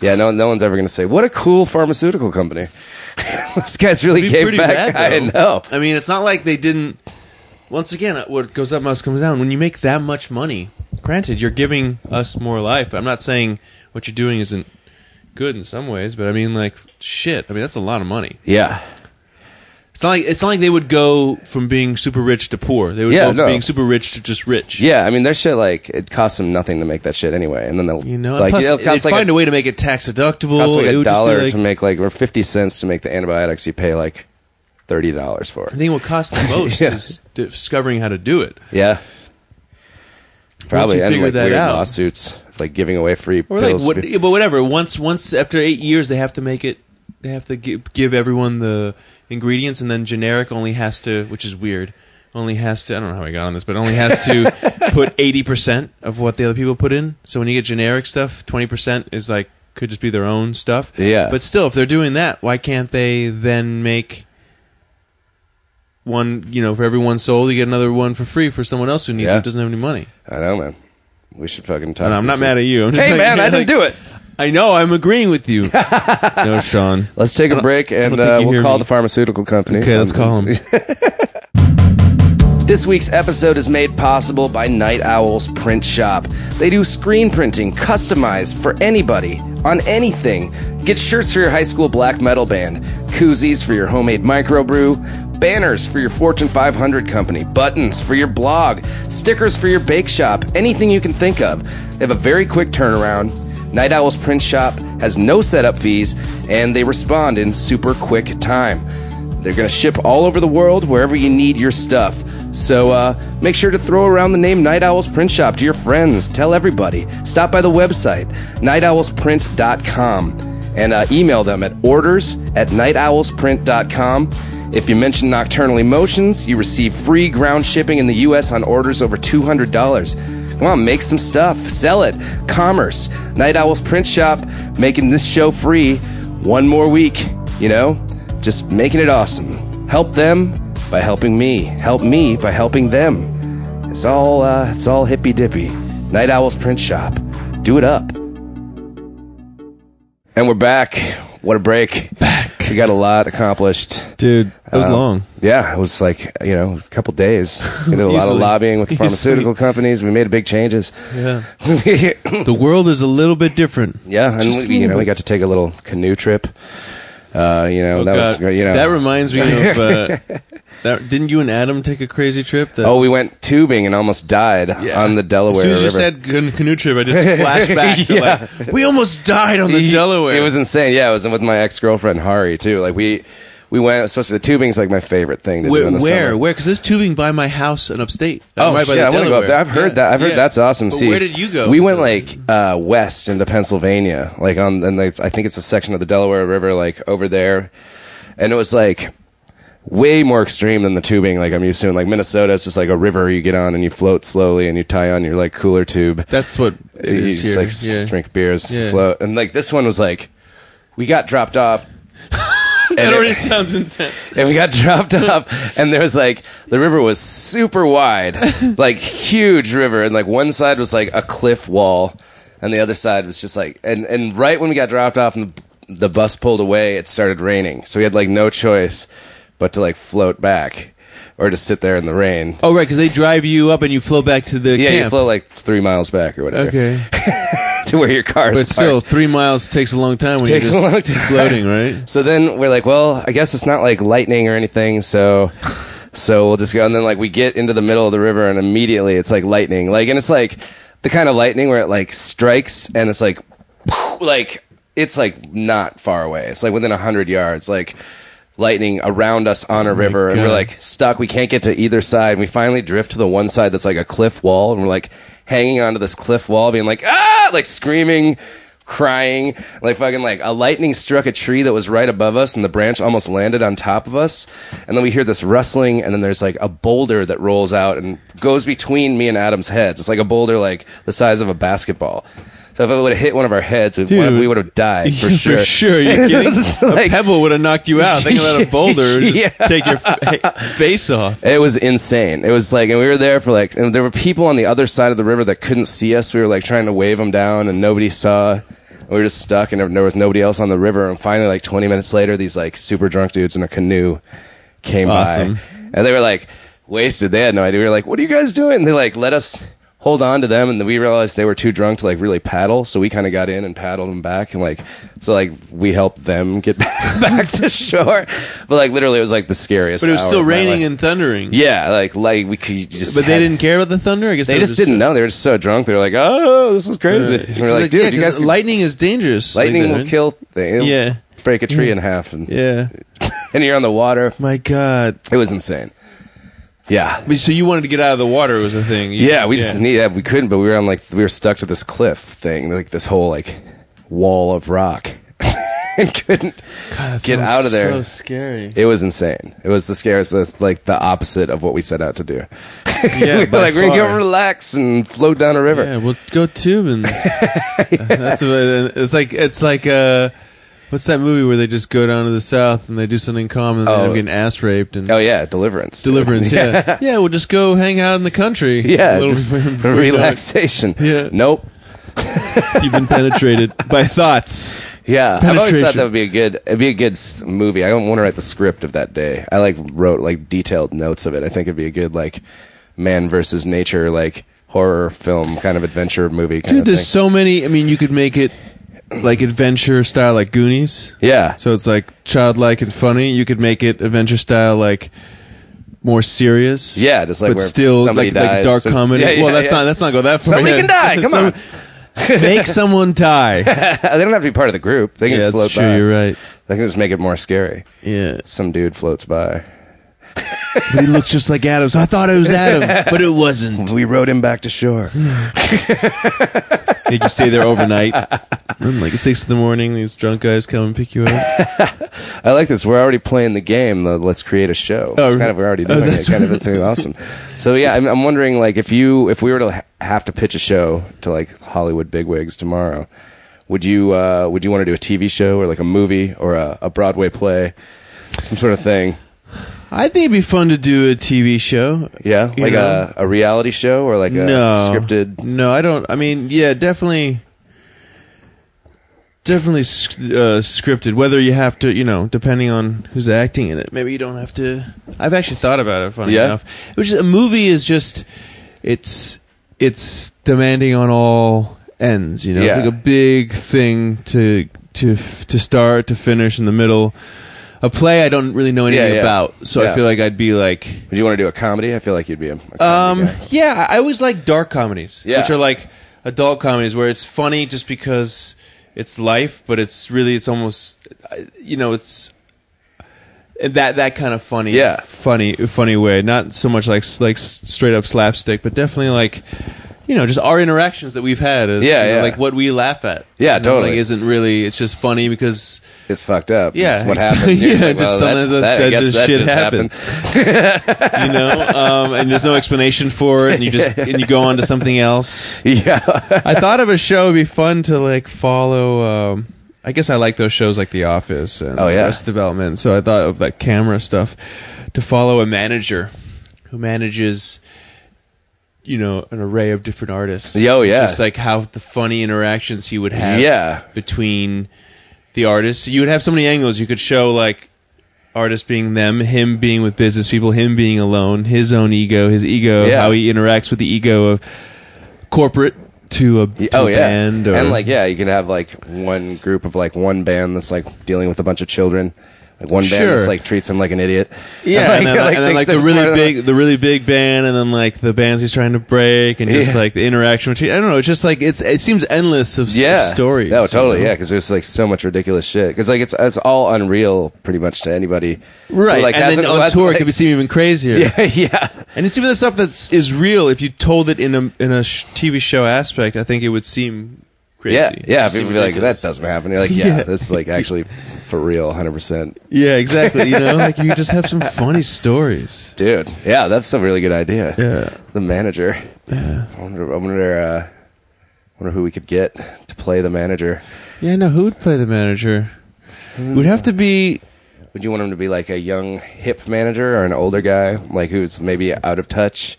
Yeah, no, no one's ever gonna say what a cool pharmaceutical company. this guy's really It'd be gave pretty back. rad, I though. know. I mean, it's not like they didn't. Once again, uh, what goes up must come down. When you make that much money, granted, you're giving us more life. But I'm not saying what you're doing isn't good in some ways, but I mean, like shit. I mean, that's a lot of money. Yeah, It's not like it's not like they would go from being super rich to poor. They would Yeah, go from no. being super rich to just rich. yeah. I mean, their shit like it costs them nothing to make that shit anyway, and then they'll You know, and like plus it'll they'd cost like find a, a way to make it tax deductible. cost like It a would just be dollar like- to make like or fifty cents to make the antibiotics. You pay like thirty dollars for. I think what costs the most Yeah. is discovering how to do it. Yeah. Probably you and figure like that weird out. lawsuits, like giving away free Or like pills. what, yeah, but whatever. Once once after eight years, they have to make it. They have to give, give everyone the ingredients, and then generic only has to, which is weird. Only has to. I don't know how I got on this, but only has to put eighty percent of what the other people put in. So when you get generic stuff, twenty percent is like could just be their own stuff. Yeah. But still, if they're doing that, why can't they then make one? You know, for every one sold, you get another one for free for someone else who needs Yeah. it who doesn't have any money. I know, man. We should fucking talk. And I'm to not these- mad at you. I'm just Hey, like- man, I like- didn't do it. I know. I'm agreeing with you. no, Sean. Let's take a don't- break I don't and think uh, you we'll hear call me. the pharmaceutical company. Okay, let's call him. This week's episode is made possible by Night Owl's Print Shop. They do screen printing customized for anybody on anything. Get shirts for your high school black metal band, koozies for your homemade microbrew, banners for your Fortune 500 company, buttons for your blog, stickers for your bake shop, anything you can think of. They have a very quick turnaround. Night Owl's print shop has no setup fees and they respond in super quick time. They're going to ship all over the world wherever you need your stuff. So uh, make sure to throw around the name Night Owl's Print Shop to your friends. Tell everybody. Stop by the website, nightowlsprint.com, and uh, email them at orders at nightowlsprint.com. If you mention Nocturnal Emotions, you receive free ground shipping in the U.S. on orders over $200. Come on, make some stuff, sell it. Commerce, Night Owl's Print Shop, making this show free one more week, you know? Just making it awesome. Help them by helping me. Help me by helping them. It's all uh, it's all hippy dippy. Night Owl's Print Shop. Do it up. And we're back. What a break. Back. We got a lot accomplished. Dude, that was Um, long. Yeah, it was like you know, it was a couple days. We did a lot of Easily. lobbying with the Easily. pharmaceutical companies. We made big changes. Yeah. yeah, The world is a little bit different. and we, you know, we got to take a little canoe trip. Uh, you know, that was Oh, God, great. You know, that reminds me of. Uh, that, didn't you and Adam take a crazy trip? That, oh, we went tubing and almost died on the Delaware As soon as you River. said can- canoe trip, I just flashed back to Yeah. like we almost died on the Delaware. It was insane. Yeah, it was with my ex girlfriend Hari too. Like we we went. It was supposed to the tubing's like my favorite thing to do where in the where summer. where? Because there's tubing by my house in upstate. Uh, Oh right by shit! the I want to go up Delaware. there. I've heard Yeah, that. I've heard yeah. that's awesome. But See, where did you go? We went like uh, west into Pennsylvania, like on and like, I think it's a section of the Delaware River, like over there, and it was like way more extreme than the tubing like I'm used to. In like Minnesota, it's just like a river you get on and you float slowly and you tie on your like cooler tube. That's what it you is just here. like s- yeah. drink beers, Yeah. float, and like this one was like we got dropped off. That already sounds intense. and we got dropped off and there was like the river was super wide like huge river and like one side was like a cliff wall and the other side was just like and and right when we got dropped off and the bus pulled away it started raining so we had like no choice but to like float back or to sit there in the rain Oh, right, because they drive you up and you flow back to the yeah camp. you float like three miles back or whatever Okay, to where your car is but still, three miles takes a long time when Takes a you're just long time. floating, right? So then we're like, well, I guess it's not like lightning or anything, so so we'll just go and then like we get into the middle of the river and immediately it's like lightning. Like and it's like the kind of lightning where it like strikes and it's like like it's like not far away. It's like within a hundred yards, like lightning around us on a river, and we're Oh God. like stuck. We can't get to either side. And we finally drift to the one side that's like a cliff wall, and we're like hanging onto this cliff wall, being like ah, like screaming. Crying, like fucking, like a lightning struck a tree that was right above us, and the branch almost landed on top of us. And then we hear this rustling, and then there's like a boulder that rolls out and goes between me and Adam's heads. It's like a boulder, like the size of a basketball. So if it would have hit one of our heads, we Dude. we would have died for sure. For sure, you kidding? Like- a pebble would have knocked you out. Think about a boulder, would just Yeah. take your fa- face off. It was insane. It was like, and we were there for like, and there were people on the other side of the river that couldn't see us. We were like trying to wave them down, and nobody saw. We were just stuck, and there was nobody else on the river. And finally, like 20 minutes later, these like super drunk dudes in a canoe came Awesome. by, and they were like wasted. They had no idea. We were like, "What are you guys doing?" And they like let us hold on to them, and then we realized they were too drunk to like really paddle. So we kind of got in and paddled them back, and like so like we helped them get back to shore. But like literally, it was like the scariest. But it was hour still of my raining life. and thundering. Yeah, like like we could you just. But they had- didn't care about the thunder. I guess They that was just didn't know. They were just so drunk. They were like, "Oh, this is crazy." Right. And we're like, Like, "Dude, yeah, you 'cause guys, could- lightning is dangerous. like lightning that, will right? kill thing. It'll Yeah, break a tree in half, and yeah. and you're on the water. My God. It was insane. Yeah, But so you wanted to get out of the water was a thing. You- yeah. We just need yeah, we couldn't, but we were on like we were stuck to this cliff thing, like this whole like wall of rock, and couldn't. God, that get sounds out of there. So scary. It was insane. It was the scariest. That's like the opposite of what we set out to do. Yeah, we were by like we're gonna far. go relax and float down a river. Yeah, we'll go tube and that's what, it's like it's like uh, what's that movie where they just go down to the south and they do something common and they end Oh. up getting ass raped and Oh yeah, deliverance. dude. deliverance. Yeah, yeah, we'll just go hang out in the country. Yeah, A little just before- before you know relaxation. Yeah. Nope. it, You've been penetrated by thoughts. Yeah, I've always thought Penetration. that would be a good, it'd be a good s- movie. I don't want to write the script of that day. I like wrote like detailed notes of it. I think it'd be a good like man versus nature like horror film kind of adventure movie kind Dude, of there's thing. so many. I mean, you could make it like adventure style, like Goonies. Yeah, So it's like childlike and funny. You could make it adventure style, like more serious. Yeah, just like but where still somebody like, like dies. dark So- comedy. Yeah, yeah, well, that's yeah. not that's not go that far. Somebody Yeah. can die, come on. make someone die. yeah, they don't have to be part of the group. They can just float that's true. by. You're right. They can just make it more scary. Yeah, Some dude floats by. but he looks just like Adam. So I thought it was Adam, but it wasn't. We rowed him back to shore. Did you stay there overnight? And, like at six in the morning, these drunk guys come and pick you up. I like this. We're already playing the game. The let's create a show. Oh, it's kind of we're already oh, doing it. that's Kind of it's right. awesome. So yeah, I'm, I'm wondering like if you if we were to ha- have to pitch a show to like Hollywood bigwigs tomorrow, would you uh, would you want to do a TV show or like a movie or a, a Broadway play, some sort of thing? I think it'd be fun to do a TV show. Yeah, You like know? a, a reality show or like a scripted. No, I don't. I mean, yeah, definitely, definitely sc- uh, scripted. Whether you have to, you know, depending on who's acting in it, maybe you don't have to. I've actually thought about it. Funny Yeah? enough, which is, a movie is just it's it's demanding on all ends. You know, it's Yeah. like a big thing to to to start to finish in the middle. A play I don't really know anything yeah. about, so Yeah. I feel like I'd be like Would you want to do a comedy? I feel like you'd be a, a comedy um, guy. yeah, I always like dark comedies, Yeah. which are like adult comedies where it's funny just because it's life, but it's really it's almost I- you know it's uh, that that kind of funny, Yeah. funny funny way. Not so much like like straight up slapstick, but definitely like you know just our interactions that we've had. Is, Yeah, you know, yeah. like what we laugh at. Yeah, You know, like, totally. isn't really. It's just funny because It's fucked up. Yeah, It's what exactly. happened. You're Yeah, like, just well, sometimes that- that's- that- I that guess just that shit just happens. happens. you know, um, and there's no explanation for it, and you just and you go on to something else. Yeah. I thought of a show would be fun to like follow um, I guess I like those shows like The Office and Oh, yeah. Arrested Development. So I thought of that camera stuff to follow a manager who manages, you know, an array of different artists. Yeah, oh, yeah. Just like how the funny interactions he would have Yeah. between the artists. You would have so many angles. You could show like artists being them, him being with business people, him being alone, his own ego, his ego, Yeah. how he interacts with the ego of corporate to a, to oh a yeah, band or and like yeah, you could have like one group of like one band that's like dealing with a bunch of children, like one band that's Sure. like treats him like an idiot. Yeah, and then, like, and then, thinks like, the they're smarter really than- big, the really big band, and then like the bands he's trying to break, and just Yeah. like the interaction between. I don't know. It's just like it's. It seems endless of, s- of yeah stories. No, totally. you know? Yeah, because there's like so much ridiculous shit. Because like it's it's all unreal pretty much to anybody. Right, Like, and that's then what- on that's tour like- it could be seen even crazier. Yeah, yeah. And it's even the stuff that is real. If you told it in a in a sh- TV show aspect, I think it would seem crazy. Yeah, yeah. It'd People be seem like, that ridiculous. doesn't happen. You're like, yeah, Yeah. this is like actually for real, 100. percent Yeah, exactly. You know, like you just have some funny stories. Dude, yeah, that's a really good idea. Yeah. The manager. I wonder. I wonder. Uh, wonder who we could get to play the manager. Yeah, no, who would play the manager? It would have to be Would you want him to be like a young hip manager or an older guy, like who's maybe out of touch,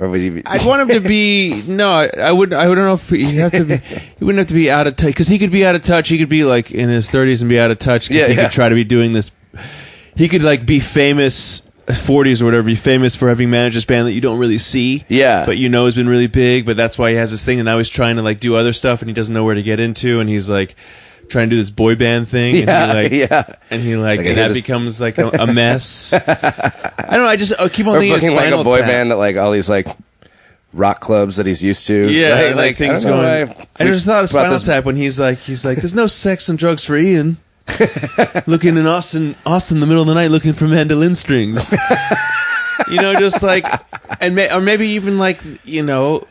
or would he? Be, I'd want him to be no. I, I would. I wouldn't know if he'd have to. Be, he wouldn't have to be out of touch because he could be out of touch. He could be like in his thirties and be out of touch because Yeah, he yeah. could try to be doing this. He could like be famous uh, forties or whatever. Be famous for having managed this band that you don't really see. Yeah. but you know has been really big. But that's why he has this thing, and now he's trying to like do other stuff, and he doesn't know where to get into, and he's like. Trying to do this boy band thing, Yeah, and he like, yeah. and he like, like, I and hear that this- becomes like a, a mess. I don't know. I just I keep on or thinking of booking like a Spinal boy Tap. band at like all these like rock clubs that he's used to. Yeah, I like, things don't know going. why I we just thought of brought Spinal this- Tap when he's like, he's like, there's no sex and drugs for Ian. looking in Austin, Austin, in the middle of the night, looking for mandolin strings. you know, just like, and may, or maybe even like, you know,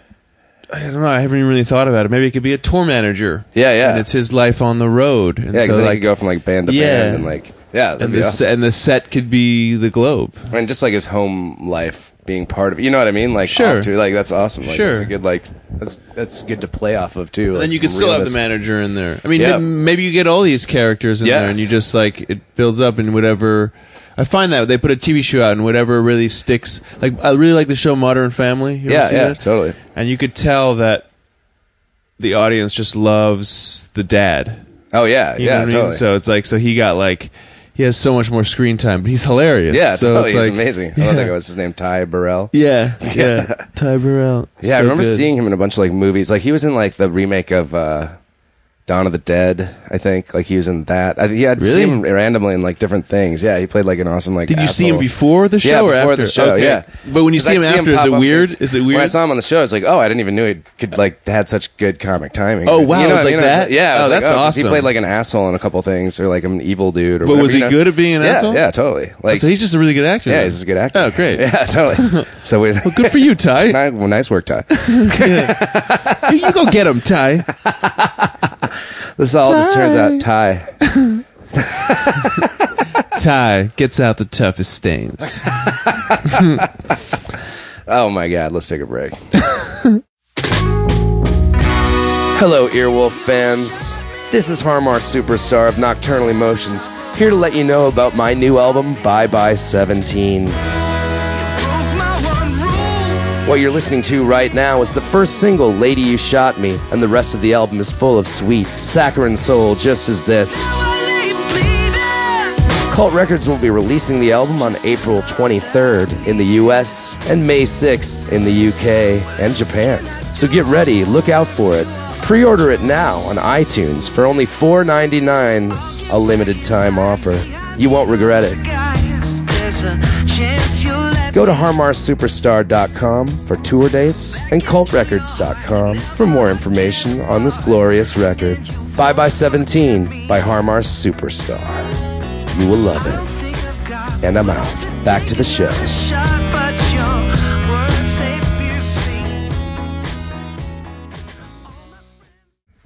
I don't know. I haven't even really thought about it. Maybe it could be a tour manager. Yeah, yeah. And it's his life on the road. And Yeah, because so like, like, could go from like band to Yeah. band and like yeah, that'd and be the awesome. se- and the set could be the globe. and just like his home life being part of it. You know what I mean? Like Sure. off to- like that's awesome. Like, Sure. that's a good like that's that's good to play off of too. Like, then you some could still have the realness. manager in there. I mean, Yeah. m- maybe you get all these characters in Yeah. there, and you just like it builds up in whatever. I find that they put a TV show out, and whatever really sticks. Like I really like the show Modern Family. You ever Yeah, seen yeah, that? totally. And you could tell that the audience just loves the dad. Oh yeah, You know yeah, what I mean? totally. So it's like so he got like he has so much more screen time, but he's hilarious. yeah, so totally. It's like, He's amazing. I Yeah. don't think it was his name, Ty Burrell. Yeah, yeah. Ty Burrell. Yeah, I So remember good. seeing him in a bunch of like movies. Like he was in like the remake of uh, Dawn of the Dead, I think. Like he was in that. I, yeah, I'd Really? seen him randomly in like different things. Yeah, he played like an awesome like. Did you see him asshole. before the show yeah, or before after? the show? Okay. Yeah, But when you 'Cause see I'd him after, is pop it up weird? and- Is it When I weird? saw him on the show, it's like, oh, I didn't even knew he could like had such good comic timing. Oh, wow, you it know was what I mean? like I that? yeah, I was Oh, like, that's 'cause He awesome. played like an asshole in a couple things, or like an evil dude. Or But whatever, was you he know? good at being an yeah, asshole? Oh, Yeah, totally. Like so he's just a really good actor. yeah, then. he's a good actor. Oh, great. Yeah, totally. So we. well, Good for you, Ty. Nice, well, nice work, Ty. you you go get him, Ty. This all just turns out Ty. Ty gets out the toughest stains. Oh my god, let's take a break. Hello, Earwolf fans. This is Harmar Superstar of Nocturnal Emotions, here to let you know about my new album, Bye Bye 17. What you're listening to right now is the first single, Lady You Shot Me, and the rest of the album is full of sweet, saccharine soul, just as this. Cult Records will be releasing the album on April 23rd in the US and May 6th in the UK and Japan. So get ready, look out for it. Pre order it now on iTunes for only $4.99, a limited time offer. You won't regret it. Go to harmarsuperstar.com for tour dates and cultrecords.com for more information on this glorious record. Bye Bye 17 by Harmar Superstar. You will love it. And I'm out. Back to the show.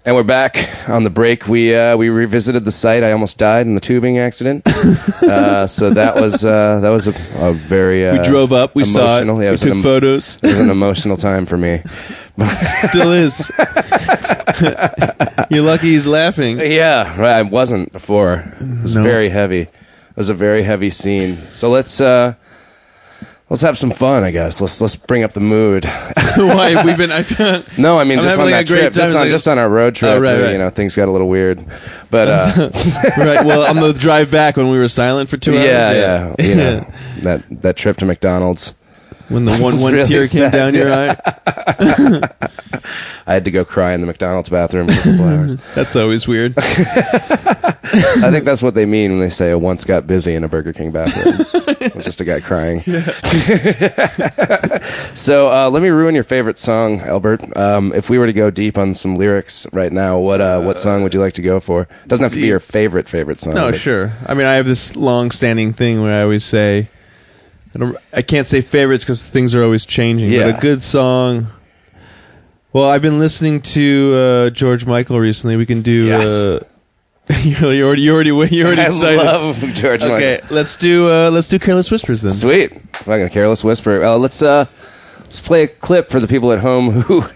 And we're back on the break. We uh, we revisited the site. I almost died in the tubing accident. uh, so that was uh, that was a, a very uh, We drove up. We saw it. emotional- yeah, it we was took an em- photos. it was an emotional time for me Still is. You're lucky he's laughing. Yeah, right. I wasn't before. It was No. very heavy. It was a very heavy scene. So let's uh let's have some fun, I guess. Let's let's bring up the mood. Why have we been? I found, No, I mean I'm just on having a that great trip, time. just on, Like- just on our road trip. Oh, right, uh, right. You know, things got a little weird, but uh, right. Well, on the drive back when we were silent for two hours. yeah, yeah, you know, that that trip to McDonald's, When the one It's one really tear came sad, down your eye. I had to go cry in the McDonald's bathroom for a couple hours. That's always weird. I think that's what they mean when they say I once got busy in a Burger King bathroom. it was just a guy crying. so uh, let me ruin your favorite song, Albert. Um, if we were to go deep on some lyrics right now, what uh, what song would you like to go for? Doesn't have to be deep. your favorite favorite song. No, but- sure. I mean, I have this long-standing thing where I always say, I, don't, I can't say favorites because things are always changing. Yeah. But a good song. Well, I've been listening to uh, George Michael recently. We can do. Yes. Uh, you're, you're already you're already you're already I excited. love George Michael. okay, let's do uh, let's do Careless Whispers then. Sweet. Fucking careless whisper. Uh, let's uh, let's play a clip for the people at home who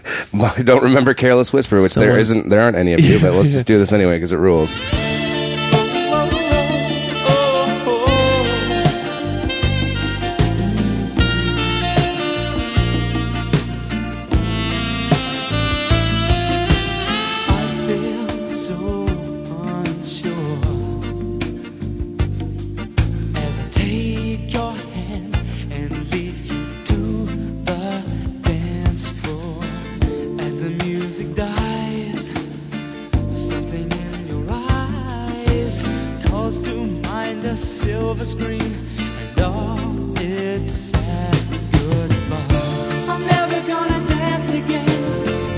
don't remember careless whisper, which there Someone- isn't there aren't any of you, but let's just do this anyway because it rules. feel so unsure as I take your hand and lead you to the dance floor. As the music dies, something in your eyes calls to mind a silver screen and all its sad goodbye. I'm never gonna dance again.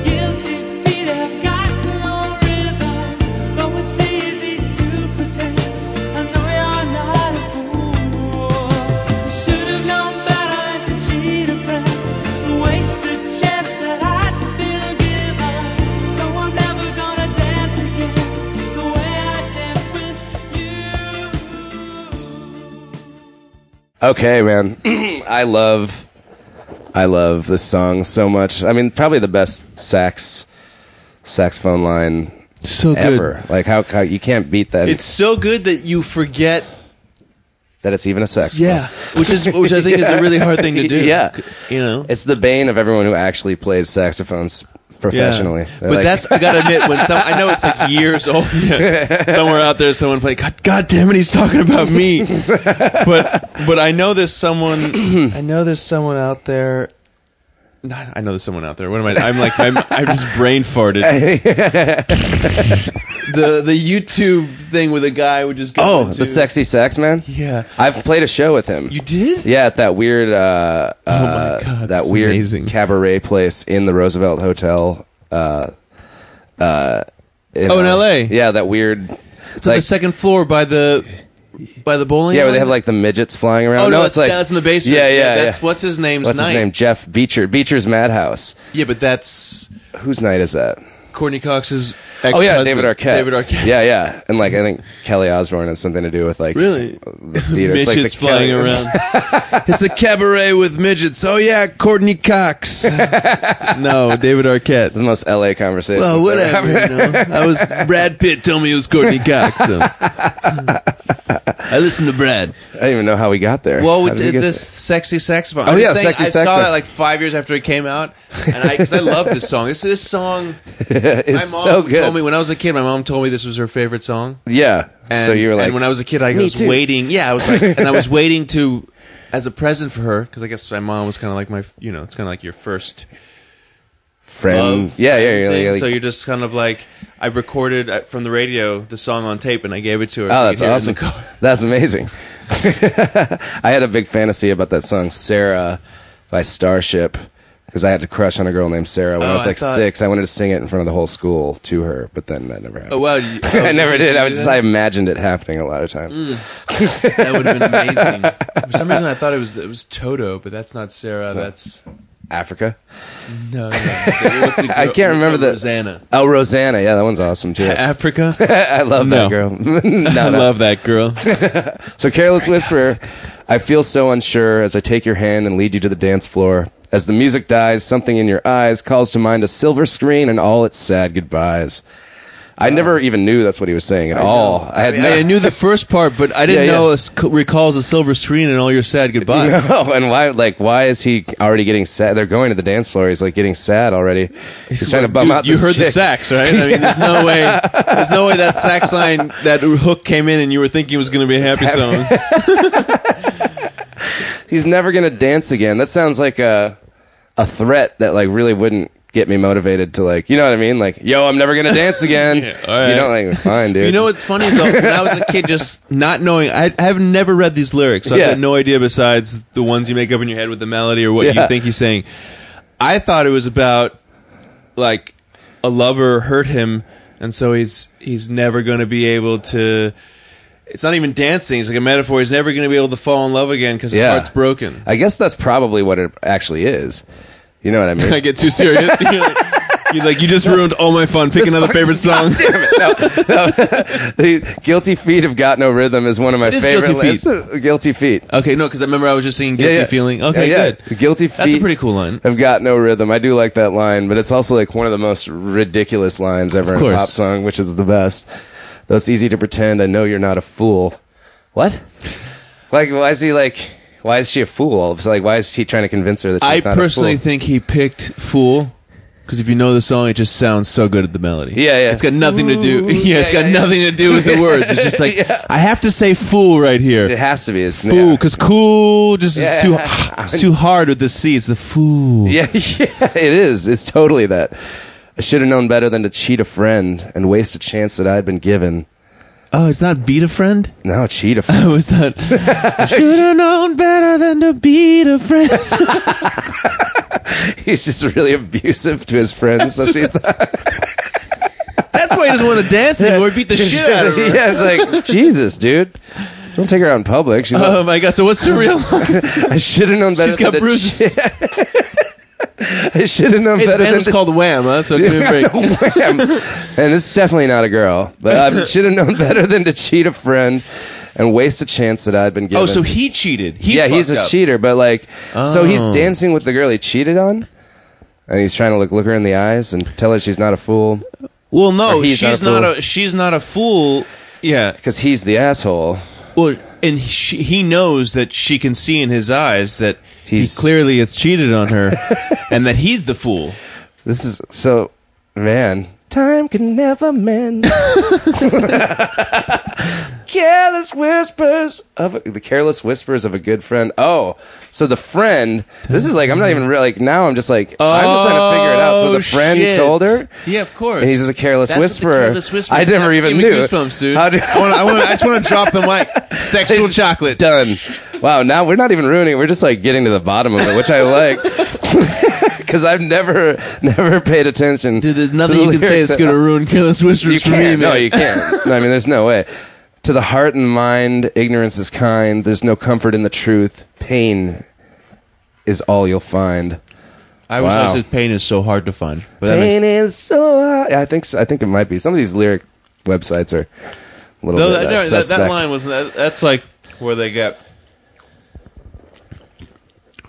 Guilty feet have got no rhythm, though it's easy to pretend. I know you're not a fool. Should have known better to cheat a friend, and waste the chance that I'd been given. So I'm never gonna dance again the way I danced with you. Okay, man. I love I love this song so much. I mean, probably the best sax saxophone line So good. ever. Like how, how you can't beat that It's so good that you forget. that it's even a saxophone. Yeah, which is which I think is a really hard thing to do. Yeah. you know. It's the bane of everyone who actually plays saxophones professionally. Yeah. They're But like- that's I gotta admit when some I know it's like years old. Somewhere out there, someone played. God, God damn it, he's talking about me. but but I know there's someone. I know there's someone out there. Not, I know there's someone out there. What am I? I'm like I'm, I'm just brain farted. the the YouTube thing with a guy would just go Oh, into- the sexy sax man? Yeah, I've played a show with him. you did. Yeah, at that weird, uh, uh, God, that it's weird amazing. cabaret place in the Roosevelt Hotel. Uh, uh, Oh, in LA. Yeah, that weird. It's on the second floor by the by the bowling. yeah, where they alley? have like the midgets flying around. Oh no, it's that's, like that's in the basement. Yeah, yeah, That's yeah. what's his name's What's night. his name? Jeff Beecher. Beecher's Madhouse. Yeah, but that's Whose night is that? Courtney Cox's ex Oh yeah, David Arquette. David Arquette. Yeah, yeah, and like I think Kelly Osbourne has something to do with like Really? the theater. It's Midgets like the flying Kelly- around. it's a cabaret with midgets. Oh yeah, Courtney Cox. no, David It's Arquette. the most LA conversation. Well, whatever. you know. I was Brad Pitt. Told me it was Courtney Cox. So. I listened to Brad. I don't even know how we got there. Well, we How did we did get this sexy saxophone. Oh, I'm yeah, just saying, Sexy I saw Saxophone. that like five years after it came out, and I because I love this song. This this song. there? My It's mom so good. told me when I was a kid. My mom told me this was her favorite song. Yeah. And, so you were like, and when I was a kid, I Me was too. waiting. Yeah, I was like, and I was waiting to, as a present for her, because I guess my mom was kind of like my, you know, it's kind of like your first friend. love. yeah, yeah, thing. you're like, you're like- so you're just kind of like, I recorded uh, from the radio the song on tape, and I gave it to her. oh, so you that's could awesome. hear it in the car. That's amazing. I had a big fantasy about that song "Sarah" by Starship because I had to crush on a girl named Sarah when I Oh, was I like thought- six. I wanted to sing it in front of the whole school to her, but then that never happened. Oh wow! you- was I just never like, did. you I do was just, I that? Mm. imagined it happening a lot of times. that would have been amazing. For some reason, I thought it was it was Toto, but that's not Sarah. That's Africa. no. no. What's the I girl- can't remember the Rosanna. Oh, Rosanna. Yeah, that one's awesome too. Africa. I love that No. girl. no, no. I love that girl. So, Careless Whisperer, I feel so unsure as I take your hand and lead you to the dance floor. As the music dies, something in your eyes calls to mind a silver screen and all its sad goodbyes. I never even knew that's what he was saying at all. Oh, I had Oh. I, mean, I knew the first part, but I didn't Yeah, yeah. know it recalls a silver screen and all your sad goodbyes. No, Oh, and why? Like, why is he already getting sad? They're going to the dance floor. He's like getting sad already. He's trying to bum you, out. You this heard the chick. sax, right? I mean, there's no way, there's no way that sax line, that hook came in, and you were thinking it was going to be a happy song. He's never gonna dance again. That sounds like a a threat that like really wouldn't get me motivated to like, you know what I mean? Like, yo, I'm never gonna dance again. all right. You know, like, fine, dude. You know what's funny is though, when I was a kid, just not knowing, I, I have never read these lyrics. So Yeah. I've got no idea besides the ones you make up in your head with the melody or what Yeah. you think he's saying. I thought it was about like a lover hurt him, and so he's he's never going to be able to. It's not even dancing. It's like a metaphor. He's never going to be able to fall in love again because his Yeah. heart's broken. I guess that's probably what it actually is. You know what I mean? I get too serious. You're like, you're like, you just ruined all my fun. Pick another favorite song. Damn it! No, no. the guilty feet have got no rhythm is one of my It is favorite. Guilty it's a- guilty feet. Okay, no, because I remember I was just singing "Guilty yeah. Feeling." Okay, Yeah, yeah. good. The Guilty feet. That's a pretty cool line. I've got no rhythm. I do like that line, but it's also like one of the most ridiculous lines ever in a course. pop song, which is the best. Though it's easy to pretend, I know you're not a fool. What? Like, why is he like? Why is she a fool? All of a sudden, like, why is he trying to convince her that she's I not personally a fool? think he picked "Fool" because if you know the song, it just sounds so good at the melody. Yeah, yeah. It's got nothing to do. Yeah, Yeah, it's got yeah, yeah. nothing to do with the words. It's just like I have to say "fool" right it here. has to be. It's, Fool, because cool just Yeah. is too it's too hard with the C. It's the fool. Yeah, yeah, it is. It's totally that. I should have known better than to cheat a friend and waste a chance that I'd been given. Oh, it's not beat a friend. No, cheat a friend. Oh, it's not. I should have known better than to beat a friend. He's just really abusive to his friends. That's what he thought. That's why he doesn't want to dance anymore. Beat the shit out of her. yeah, it's like Jesus, dude. Don't take her out in public. She's like, Oh my god! So what's the real? I should have known better. Um, She's got than to bruises. cheat." I should have known Hey, the better band than was to called Wham, huh? So give me a break. Wham. and this is definitely not a girl, but I should have known better than to cheat a friend and waste a chance that I'd been given. Oh, so he cheated. He yeah, he's fucked a up. cheater, but like, so he's Oh. dancing with the girl he cheated on, and he's trying to look look her in the eyes and tell her she's not a fool Well, no, Or he's she's not a not fool. a she's not a fool. Yeah. because he's the asshole. Well, and she, he knows that she can see in his eyes that He's- he clearly has cheated on her, and that he's the fool. This is so, man. Time can never mend. careless whispers of a, the careless whispers of a good friend. Oh, so the friend. This is like I'm not even real. Like now I'm just like I'm just trying to figure it out. So the Oh, friend shit. told her. Yeah, of course. And he's just a careless That's what the whisperer. careless whisperer. I never That's even giving me knew. Goosebumps, dude. How do- I, wanna, I, wanna, I just want to drop the mic. Sexual It's chocolate. Done. Wow. Now we're not even ruining. it. We're just like getting to the bottom of it, which I like. Because I've never, never paid attention. Dude, there's to nothing the you can say lyrics that's at going all. to ruin Careless Whispers You for me, can't. man. No, you can't. No, I mean, there's no way. To the heart and mind, ignorance is kind. There's no comfort in the truth. Pain is all you'll find. I wish Wow. I said pain is so hard to find. But that makes Pain is so. hard. I think. so- I think it might be. Some of these lyric websites are a little No, bit that, uh, no, that, suspect. that line was that, that's like where they got.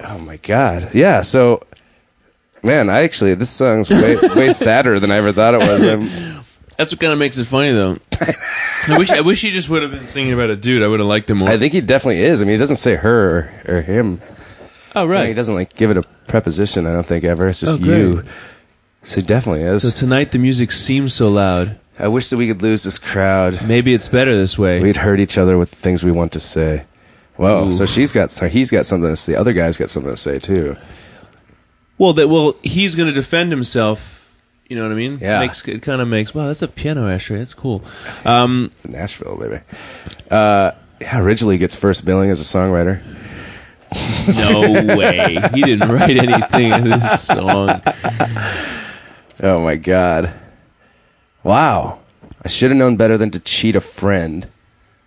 Oh my god. Yeah. So, man, I actually this song's way way sadder than I ever thought it was. I'm- That's what kind of makes it funny though. I wish I wish he just would have been singing about a dude. I would have liked him more. I think he definitely is. I mean, he doesn't say her or, or him. oh I mean, he doesn't like give it a preposition. I don't think ever. It's Oh, just great. you. So he definitely So is. tonight the music seems so loud. I wish that we could lose this crowd. Maybe it's better this way. We'd hurt each other with the things we want to say. Whoa! Ooh. So she's got. So he's got something to say. The other guy's got something to say too. well, that well he's going to defend himself. You know what I mean? Yeah. Makes, it kind of makes. Wow, that's a piano ashtray. That's cool. Um, It's Nashville, baby. Uh, yeah, Ridgely gets first billing as a songwriter. no way. He didn't write anything in this song. Oh my god. Wow. I should have known better than to cheat a friend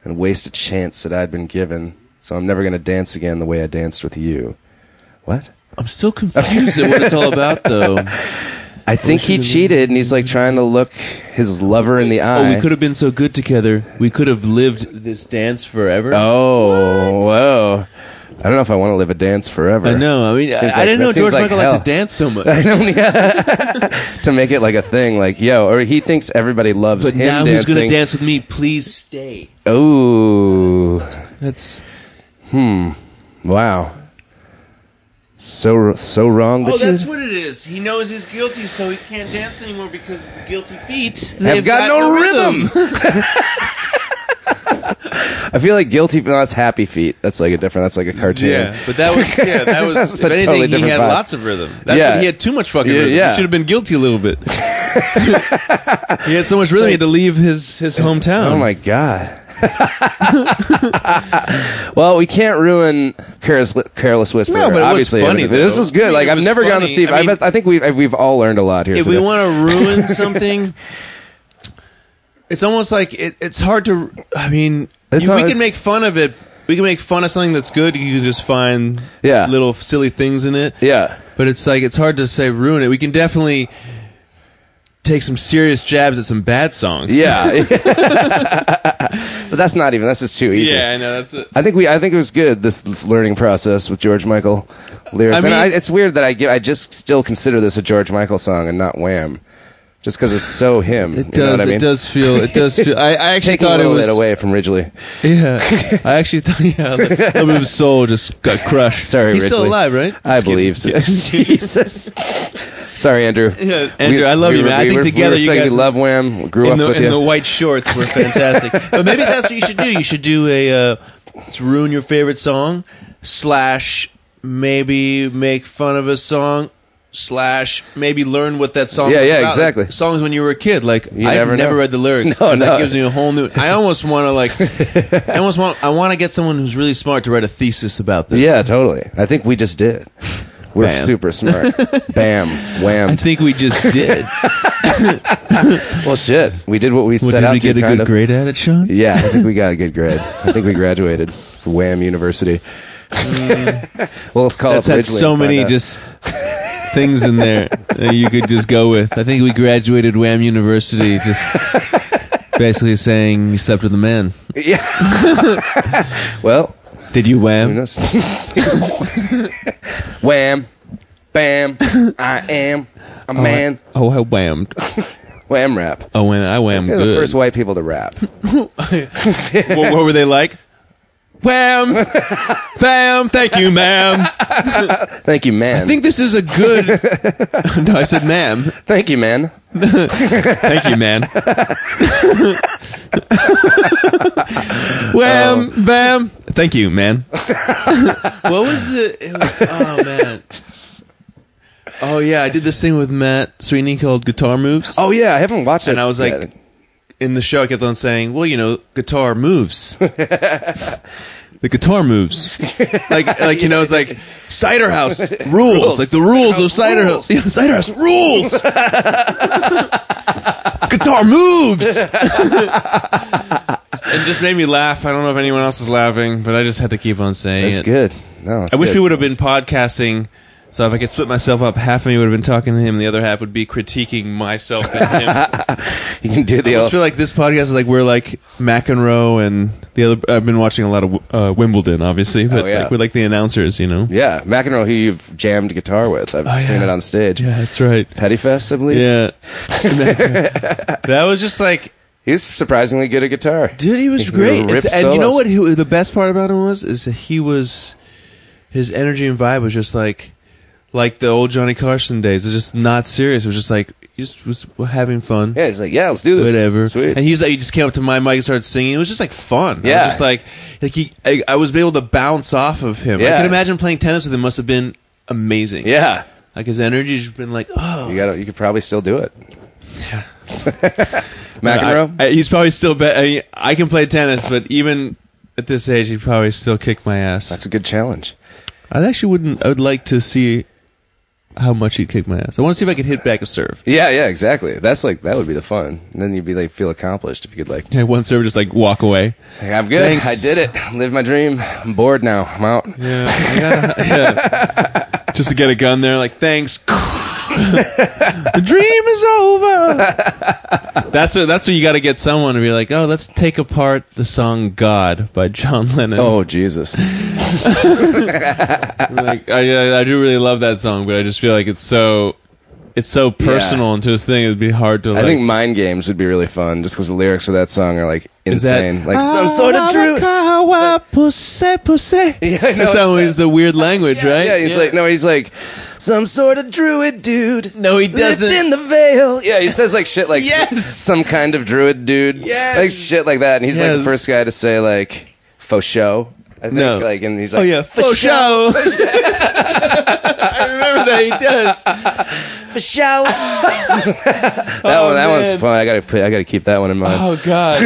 and waste a chance that I'd been given. So I'm never going to dance again the way I danced with you. What? I'm still confused at what it's all about though. I think he cheated and he's like trying to look his lover in the Oh, eye. we could have been so good together. We could have lived this dance forever. Oh, whoa. I don't know if I want to live a dance forever. I know. I mean, I, Seems I like- didn't that know seems George like Michael hell. liked to dance so much. I know, yeah. to make it like a thing, like yo, or he thinks everybody loves but him now who's dancing. going to dance with me? Please stay. Oh, That's wow, so so wrong that oh, you that's what it is. He knows he's guilty, so he can't dance anymore because of the guilty feet. have got, no, rhythm. I feel like guilty. No, that's happy feet. That's like a different. That's like a cartoon. Yeah, but that was yeah, that was. That's if a anything, totally he different had vibe. lots of rhythm. That's Yeah. what he had too much fucking Yeah, rhythm. yeah. He should have been guilty a little bit. he had so much rhythm, he had to leave his his hometown. Oh my god. well, we can't ruin Careless, Careless Whisper. No, but it was obviously, funny, This though. is good. Yeah, like it I've was never gone to funny. Steve. I I, mean- bet, I think we have we've all learned a lot here. if today. we want to ruin something, it's almost like it, it's hard to. I mean, It's you- not- we it's- can make fun of it. We can make fun of something that's good. You can just find Yeah. little silly things in it. yeah, But it's like it's hard to say ruin it. We can definitely take some serious jabs at some bad songs. yeah. but that's not even. That's just too easy. yeah, I know that's it. I think we. I think it was good this, this learning process with George Michael lyrics. I mean- and I, it's weird that I give. I just still consider this a George Michael song and not Wham, just because it's so him. It you know does. what I mean? It does feel. It does feel. I, I actually Taking thought a it little was. bit away from Ridgely. Yeah, I actually thought. Yeah, a little little bit of soul just got crushed. Sorry, he's still Ridgely. alive, right? I Just kidding. believe so. Jesus. Sorry, Andrew. Yeah, Andrew, I love you, were- man. I think were- together we were you saying guys- we love Wham. We grew in up the, with in you. the white shorts were fantastic. but maybe that's what you should do. You should do a uh, let's ruin your favorite song slash maybe make fun of a song slash maybe learn what that song. Yeah, was yeah, about. exactly. Like, songs when you were a kid, like You I've never never, know. read the lyrics. No, and that no. gives me a whole new. I almost want to like. I almost want. I want to get someone who's really smart to write a thesis about this. yeah, totally. I think we just did. We're Bam. super smart. Bam. I Wham. think we just did. Well, shit. We did what we Well, set did out we to. get a kind good of. grade at it, Sean? Yeah, I think we got a good grade. I think we graduated. Wham University. Mm. well, let's call That's it had so many just things in there that you could just go with. I think we graduated Wham University just basically saying you slept with a man. Yeah. well, Did you Who wham? knows? Wham, bam, I am a man. Oh, I whammed. Wham rap. Oh, wham, I wham They're the good. first white people to rap. what, what were they like? Wham, bam, thank you, ma'am. Thank you, man. I think this is a good. no, I said ma'am. Thank you, man. Thank you, man. Wham, bam. Thank you, man. Uh, what was the? It was, oh man. Oh yeah, I did this thing with Matt Sweeney called Guitar Moves. Oh yeah, I haven't watched it. And I was like- yet. In the show, I kept on saying, "Well, you know, guitar moves." The guitar moves, like like you know, it's like Cider House rules, like the rules of Cider House. Yeah, Cider House rules. guitar moves. it just made me laugh. I don't know if anyone else is laughing, but I just had to keep on saying it's good. No, it's I wish good. we would have been podcasting. So if I could split myself up, half of me would have been talking to him, and the other half would be critiquing myself and him. You can do the I just old. feel like this podcast is like we're like McEnroe and the other. I've been watching a lot of uh, Wimbledon, obviously, but Oh, yeah. like we're like the announcers, you know. yeah, McEnroe, who you've jammed guitar with. I've Oh, seen yeah. it on stage. Yeah, that's right. Petty Fest, I believe. Yeah, that was just like, He was surprisingly good at guitar. dude, he was He great. ripped It's- and you know solos. what? He, the best part about him was is that he was his energy and vibe was just like like the old Johnny Carson days. It's just not serious. It was just like he just was having fun. Yeah, he's like, yeah, let's do this. whatever. Sweet. And he's like, he just came up to my mic and started singing. It was just like fun. I Yeah. was just like, like he, I, I was able to bounce off of him. Yeah. I can imagine playing tennis with him must have been amazing. yeah, Like his energy just been like, oh. you got. You could probably still do it. Man, I- McEnroe. I- he's probably still better. I, mean, I can play tennis, but even at this age, he'd probably still kick my ass. That's a good challenge. I actually wouldn't. I would like to see how much he'd kick my ass. I want to see if I could hit back a serve. Yeah, yeah, exactly. That's like that would be the fun. And then you'd be like feel accomplished if you could like, Yeah, one serve, just like walk away. like, I'm good. Thanks. I did it. Live my dream. I'm bored now. I'm out. Yeah, I gotta- yeah. just to get a gun there, like thanks. the dream is over. that's what, that's what you got to get someone to be like, oh, let's take apart the song "God" by John Lennon. Oh Jesus! like I, I- I do really love that song, but I just feel like it's so it's so personal and to his thing. It'd be hard to. I Like, think mind games would be really fun, just because the lyrics for that song are like is that- "Ah, insane, like some sort of truth. Arakawa pussy, pussy. Yeah, I know, That's it's always the weird language, right? Yeah, he's like no, he's like some sort of druid dude. No, he doesn't. Lived in the veil. Yeah, he says like shit like Yes. s- some kind of druid dude. Yes. like shit like that, and he's like Yes. the first guy to say like faux show. I think No. like and he's like Oh yeah, for, "Faux show. show, I remember that he does. for show. that one, that Oh, man. one's fun. I gotta put, I gotta keep that one in mind. Oh god,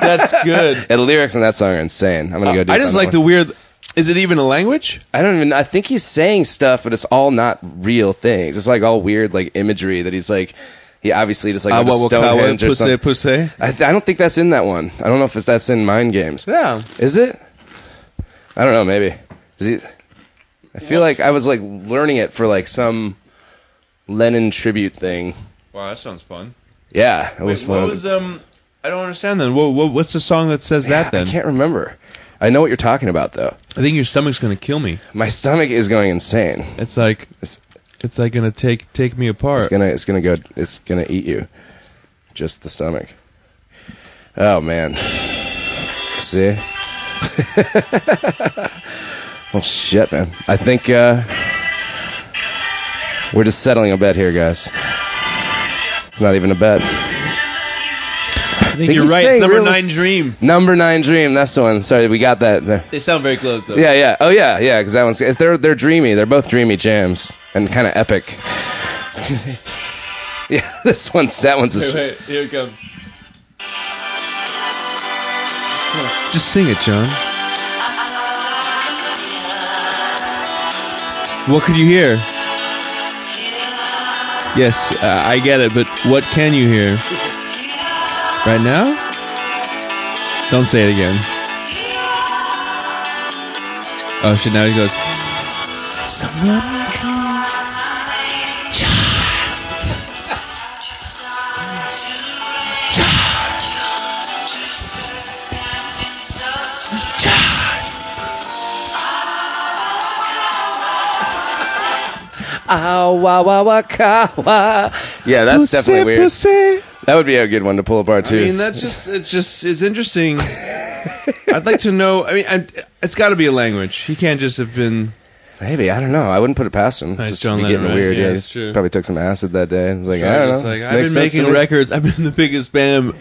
that's good. And the lyrics in that song are insane. I'm gonna go. Deep Uh, I just on that like the one. weird. Is it even a language? I don't even. I think he's saying stuff, but it's all not real things. It's like all weird, like imagery that he's like. He obviously just like went to Awawakawa, Stonehenge or pussy, something. pussy. I, th- I don't think that's in that one. I don't know if it's that's in Mind Games. Yeah. Is it? I don't know. Maybe. Is he, I feel like I was like learning it for like some Lennon tribute thing. Wow, that sounds fun. Yeah, it was fun. What was um? I don't understand then. Whoa, whoa, what's the song that says that I then? can't remember. I know what you're talking about though. I think your stomach's gonna kill me. My stomach is going insane. It's like It's- it's, like gonna take take me apart. It's gonna it's gonna go it's gonna eat you. Just the stomach. Oh man. See? well shit man. I think uh we're just settling a bet here, guys. It's not even a bet. I think, think you're he's right. It's saying number real- nine dream. Number nine dream, that's the one. Sorry, we got that there. They sound very close though. Yeah, yeah. Oh yeah, yeah, because that one's it's, they're they're dreamy. They're both dreamy jams and kinda epic. yeah, this one's that one's a wait, here it comes. Just sing it, John. What could you hear? Yes, uh, I get it, but what can you hear? Right now? Don't say it again. Oh shit, now he goes. Ow, wa, wa, wa, ka, wa. Yeah, that's definitely weird. Pussy. That would be a good one to pull apart too. I mean, that's just it's just it's interesting. I'd like to know. I mean, I, it's got to be a language. He can't just have been. Maybe I don't know. I wouldn't put it past him. Nice just John be Lennon, getting right? weird. Yeah, Yeah, that's he true. Probably tock some acid that day. I was like, I don't know. just like, This I've makes been sense to making me. records. I've been the biggest band.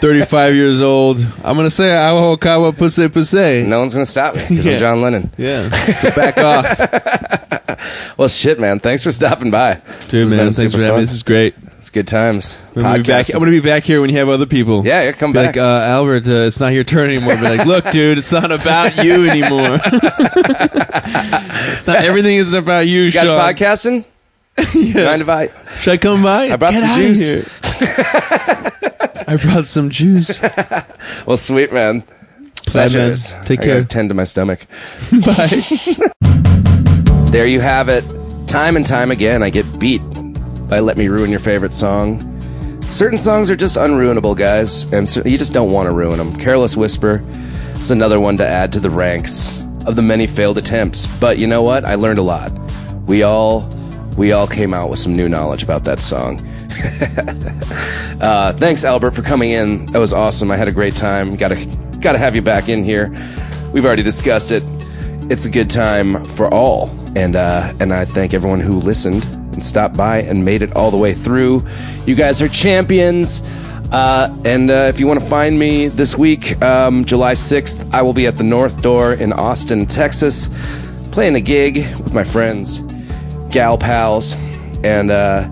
Thirty-five years old. I'm gonna say aho kawa pussy pussy. No one's gonna stop me because Yeah. I'm John Lennon. Yeah, So back off, Well, shit, man. Thanks for stopping by, This has dude, been man. Thanks super for having fun. me. This is great. It's good times. I'm gonna, be back, Podcasting. I'm gonna be back here when you have other people. Yeah, yeah, come Be back. Like uh, Albert, uh, it's not your turn anymore. Be like, look, dude, it's not about you anymore. it's not everything isn't about you, you guys Sean. podcasting? Mind if I? Should I come by? I brought some outta juice. I brought some juice. Well, sweet man. man. Pleasures. Take I care. gotta Tend to my stomach. Bye. There you have it. Time and time again, I get beat by Let Me Ruin Your Favorite Song. Certain songs are just unruinable, guys, and cer- you just don't want to ruin them. Careless Whisper is another one to add to the ranks of the many failed attempts. But you know what? I learned a lot. We all. We all came out with some new knowledge about that song. uh, thanks, Albert, for coming in. That was awesome. I had a great time. Got to, got to have you back in here. We've already discussed it it's a good time for all. And uh, and I thank everyone who listened and stopped by and made it all the way through. You guys are champions. Uh, and uh, if you want to find me this week, um, July 6th, I will be at the North Door in Austin, Texas, playing a gig with my friends, gal pals, and uh,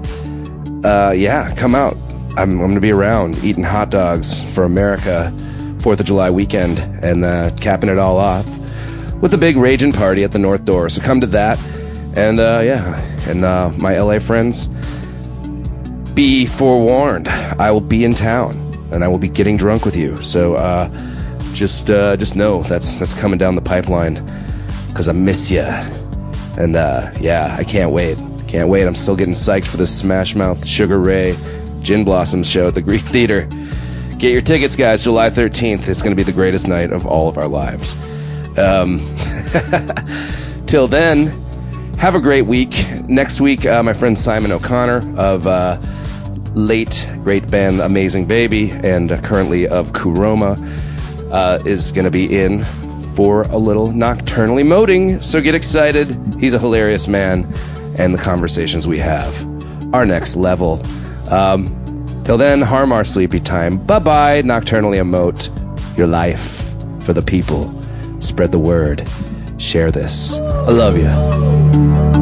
uh, yeah, come out. I'm, I'm going to be around eating hot dogs for America, 4th of July weekend, and uh, capping it all off with a big raging party at the North Door. So come to that. And uh, yeah, and uh, my LA friends, be forewarned. I will be in town and I will be getting drunk with you. So uh, just uh, just know that's that's coming down the pipeline because I miss you. And uh, yeah, I can't wait. Can't wait. I'm still getting psyched for this Smash Mouth Sugar Ray Gin Blossoms show at the Greek Theater. Get your tickets, guys. July 13th. It's going to be the greatest night of all of our lives. Um, till then, have a great week. Next week, uh, my friend Simon O'Connor of uh, late great band Amazing Baby and uh, currently of Kuroma uh, is going to be in for a little nocturnally moting. So get excited. He's a hilarious man, and the conversations we have are next level. Um, till then, harm our sleepy time. Bye bye. Nocturnally emote your life for the people. Spread the word. Share this. I love you.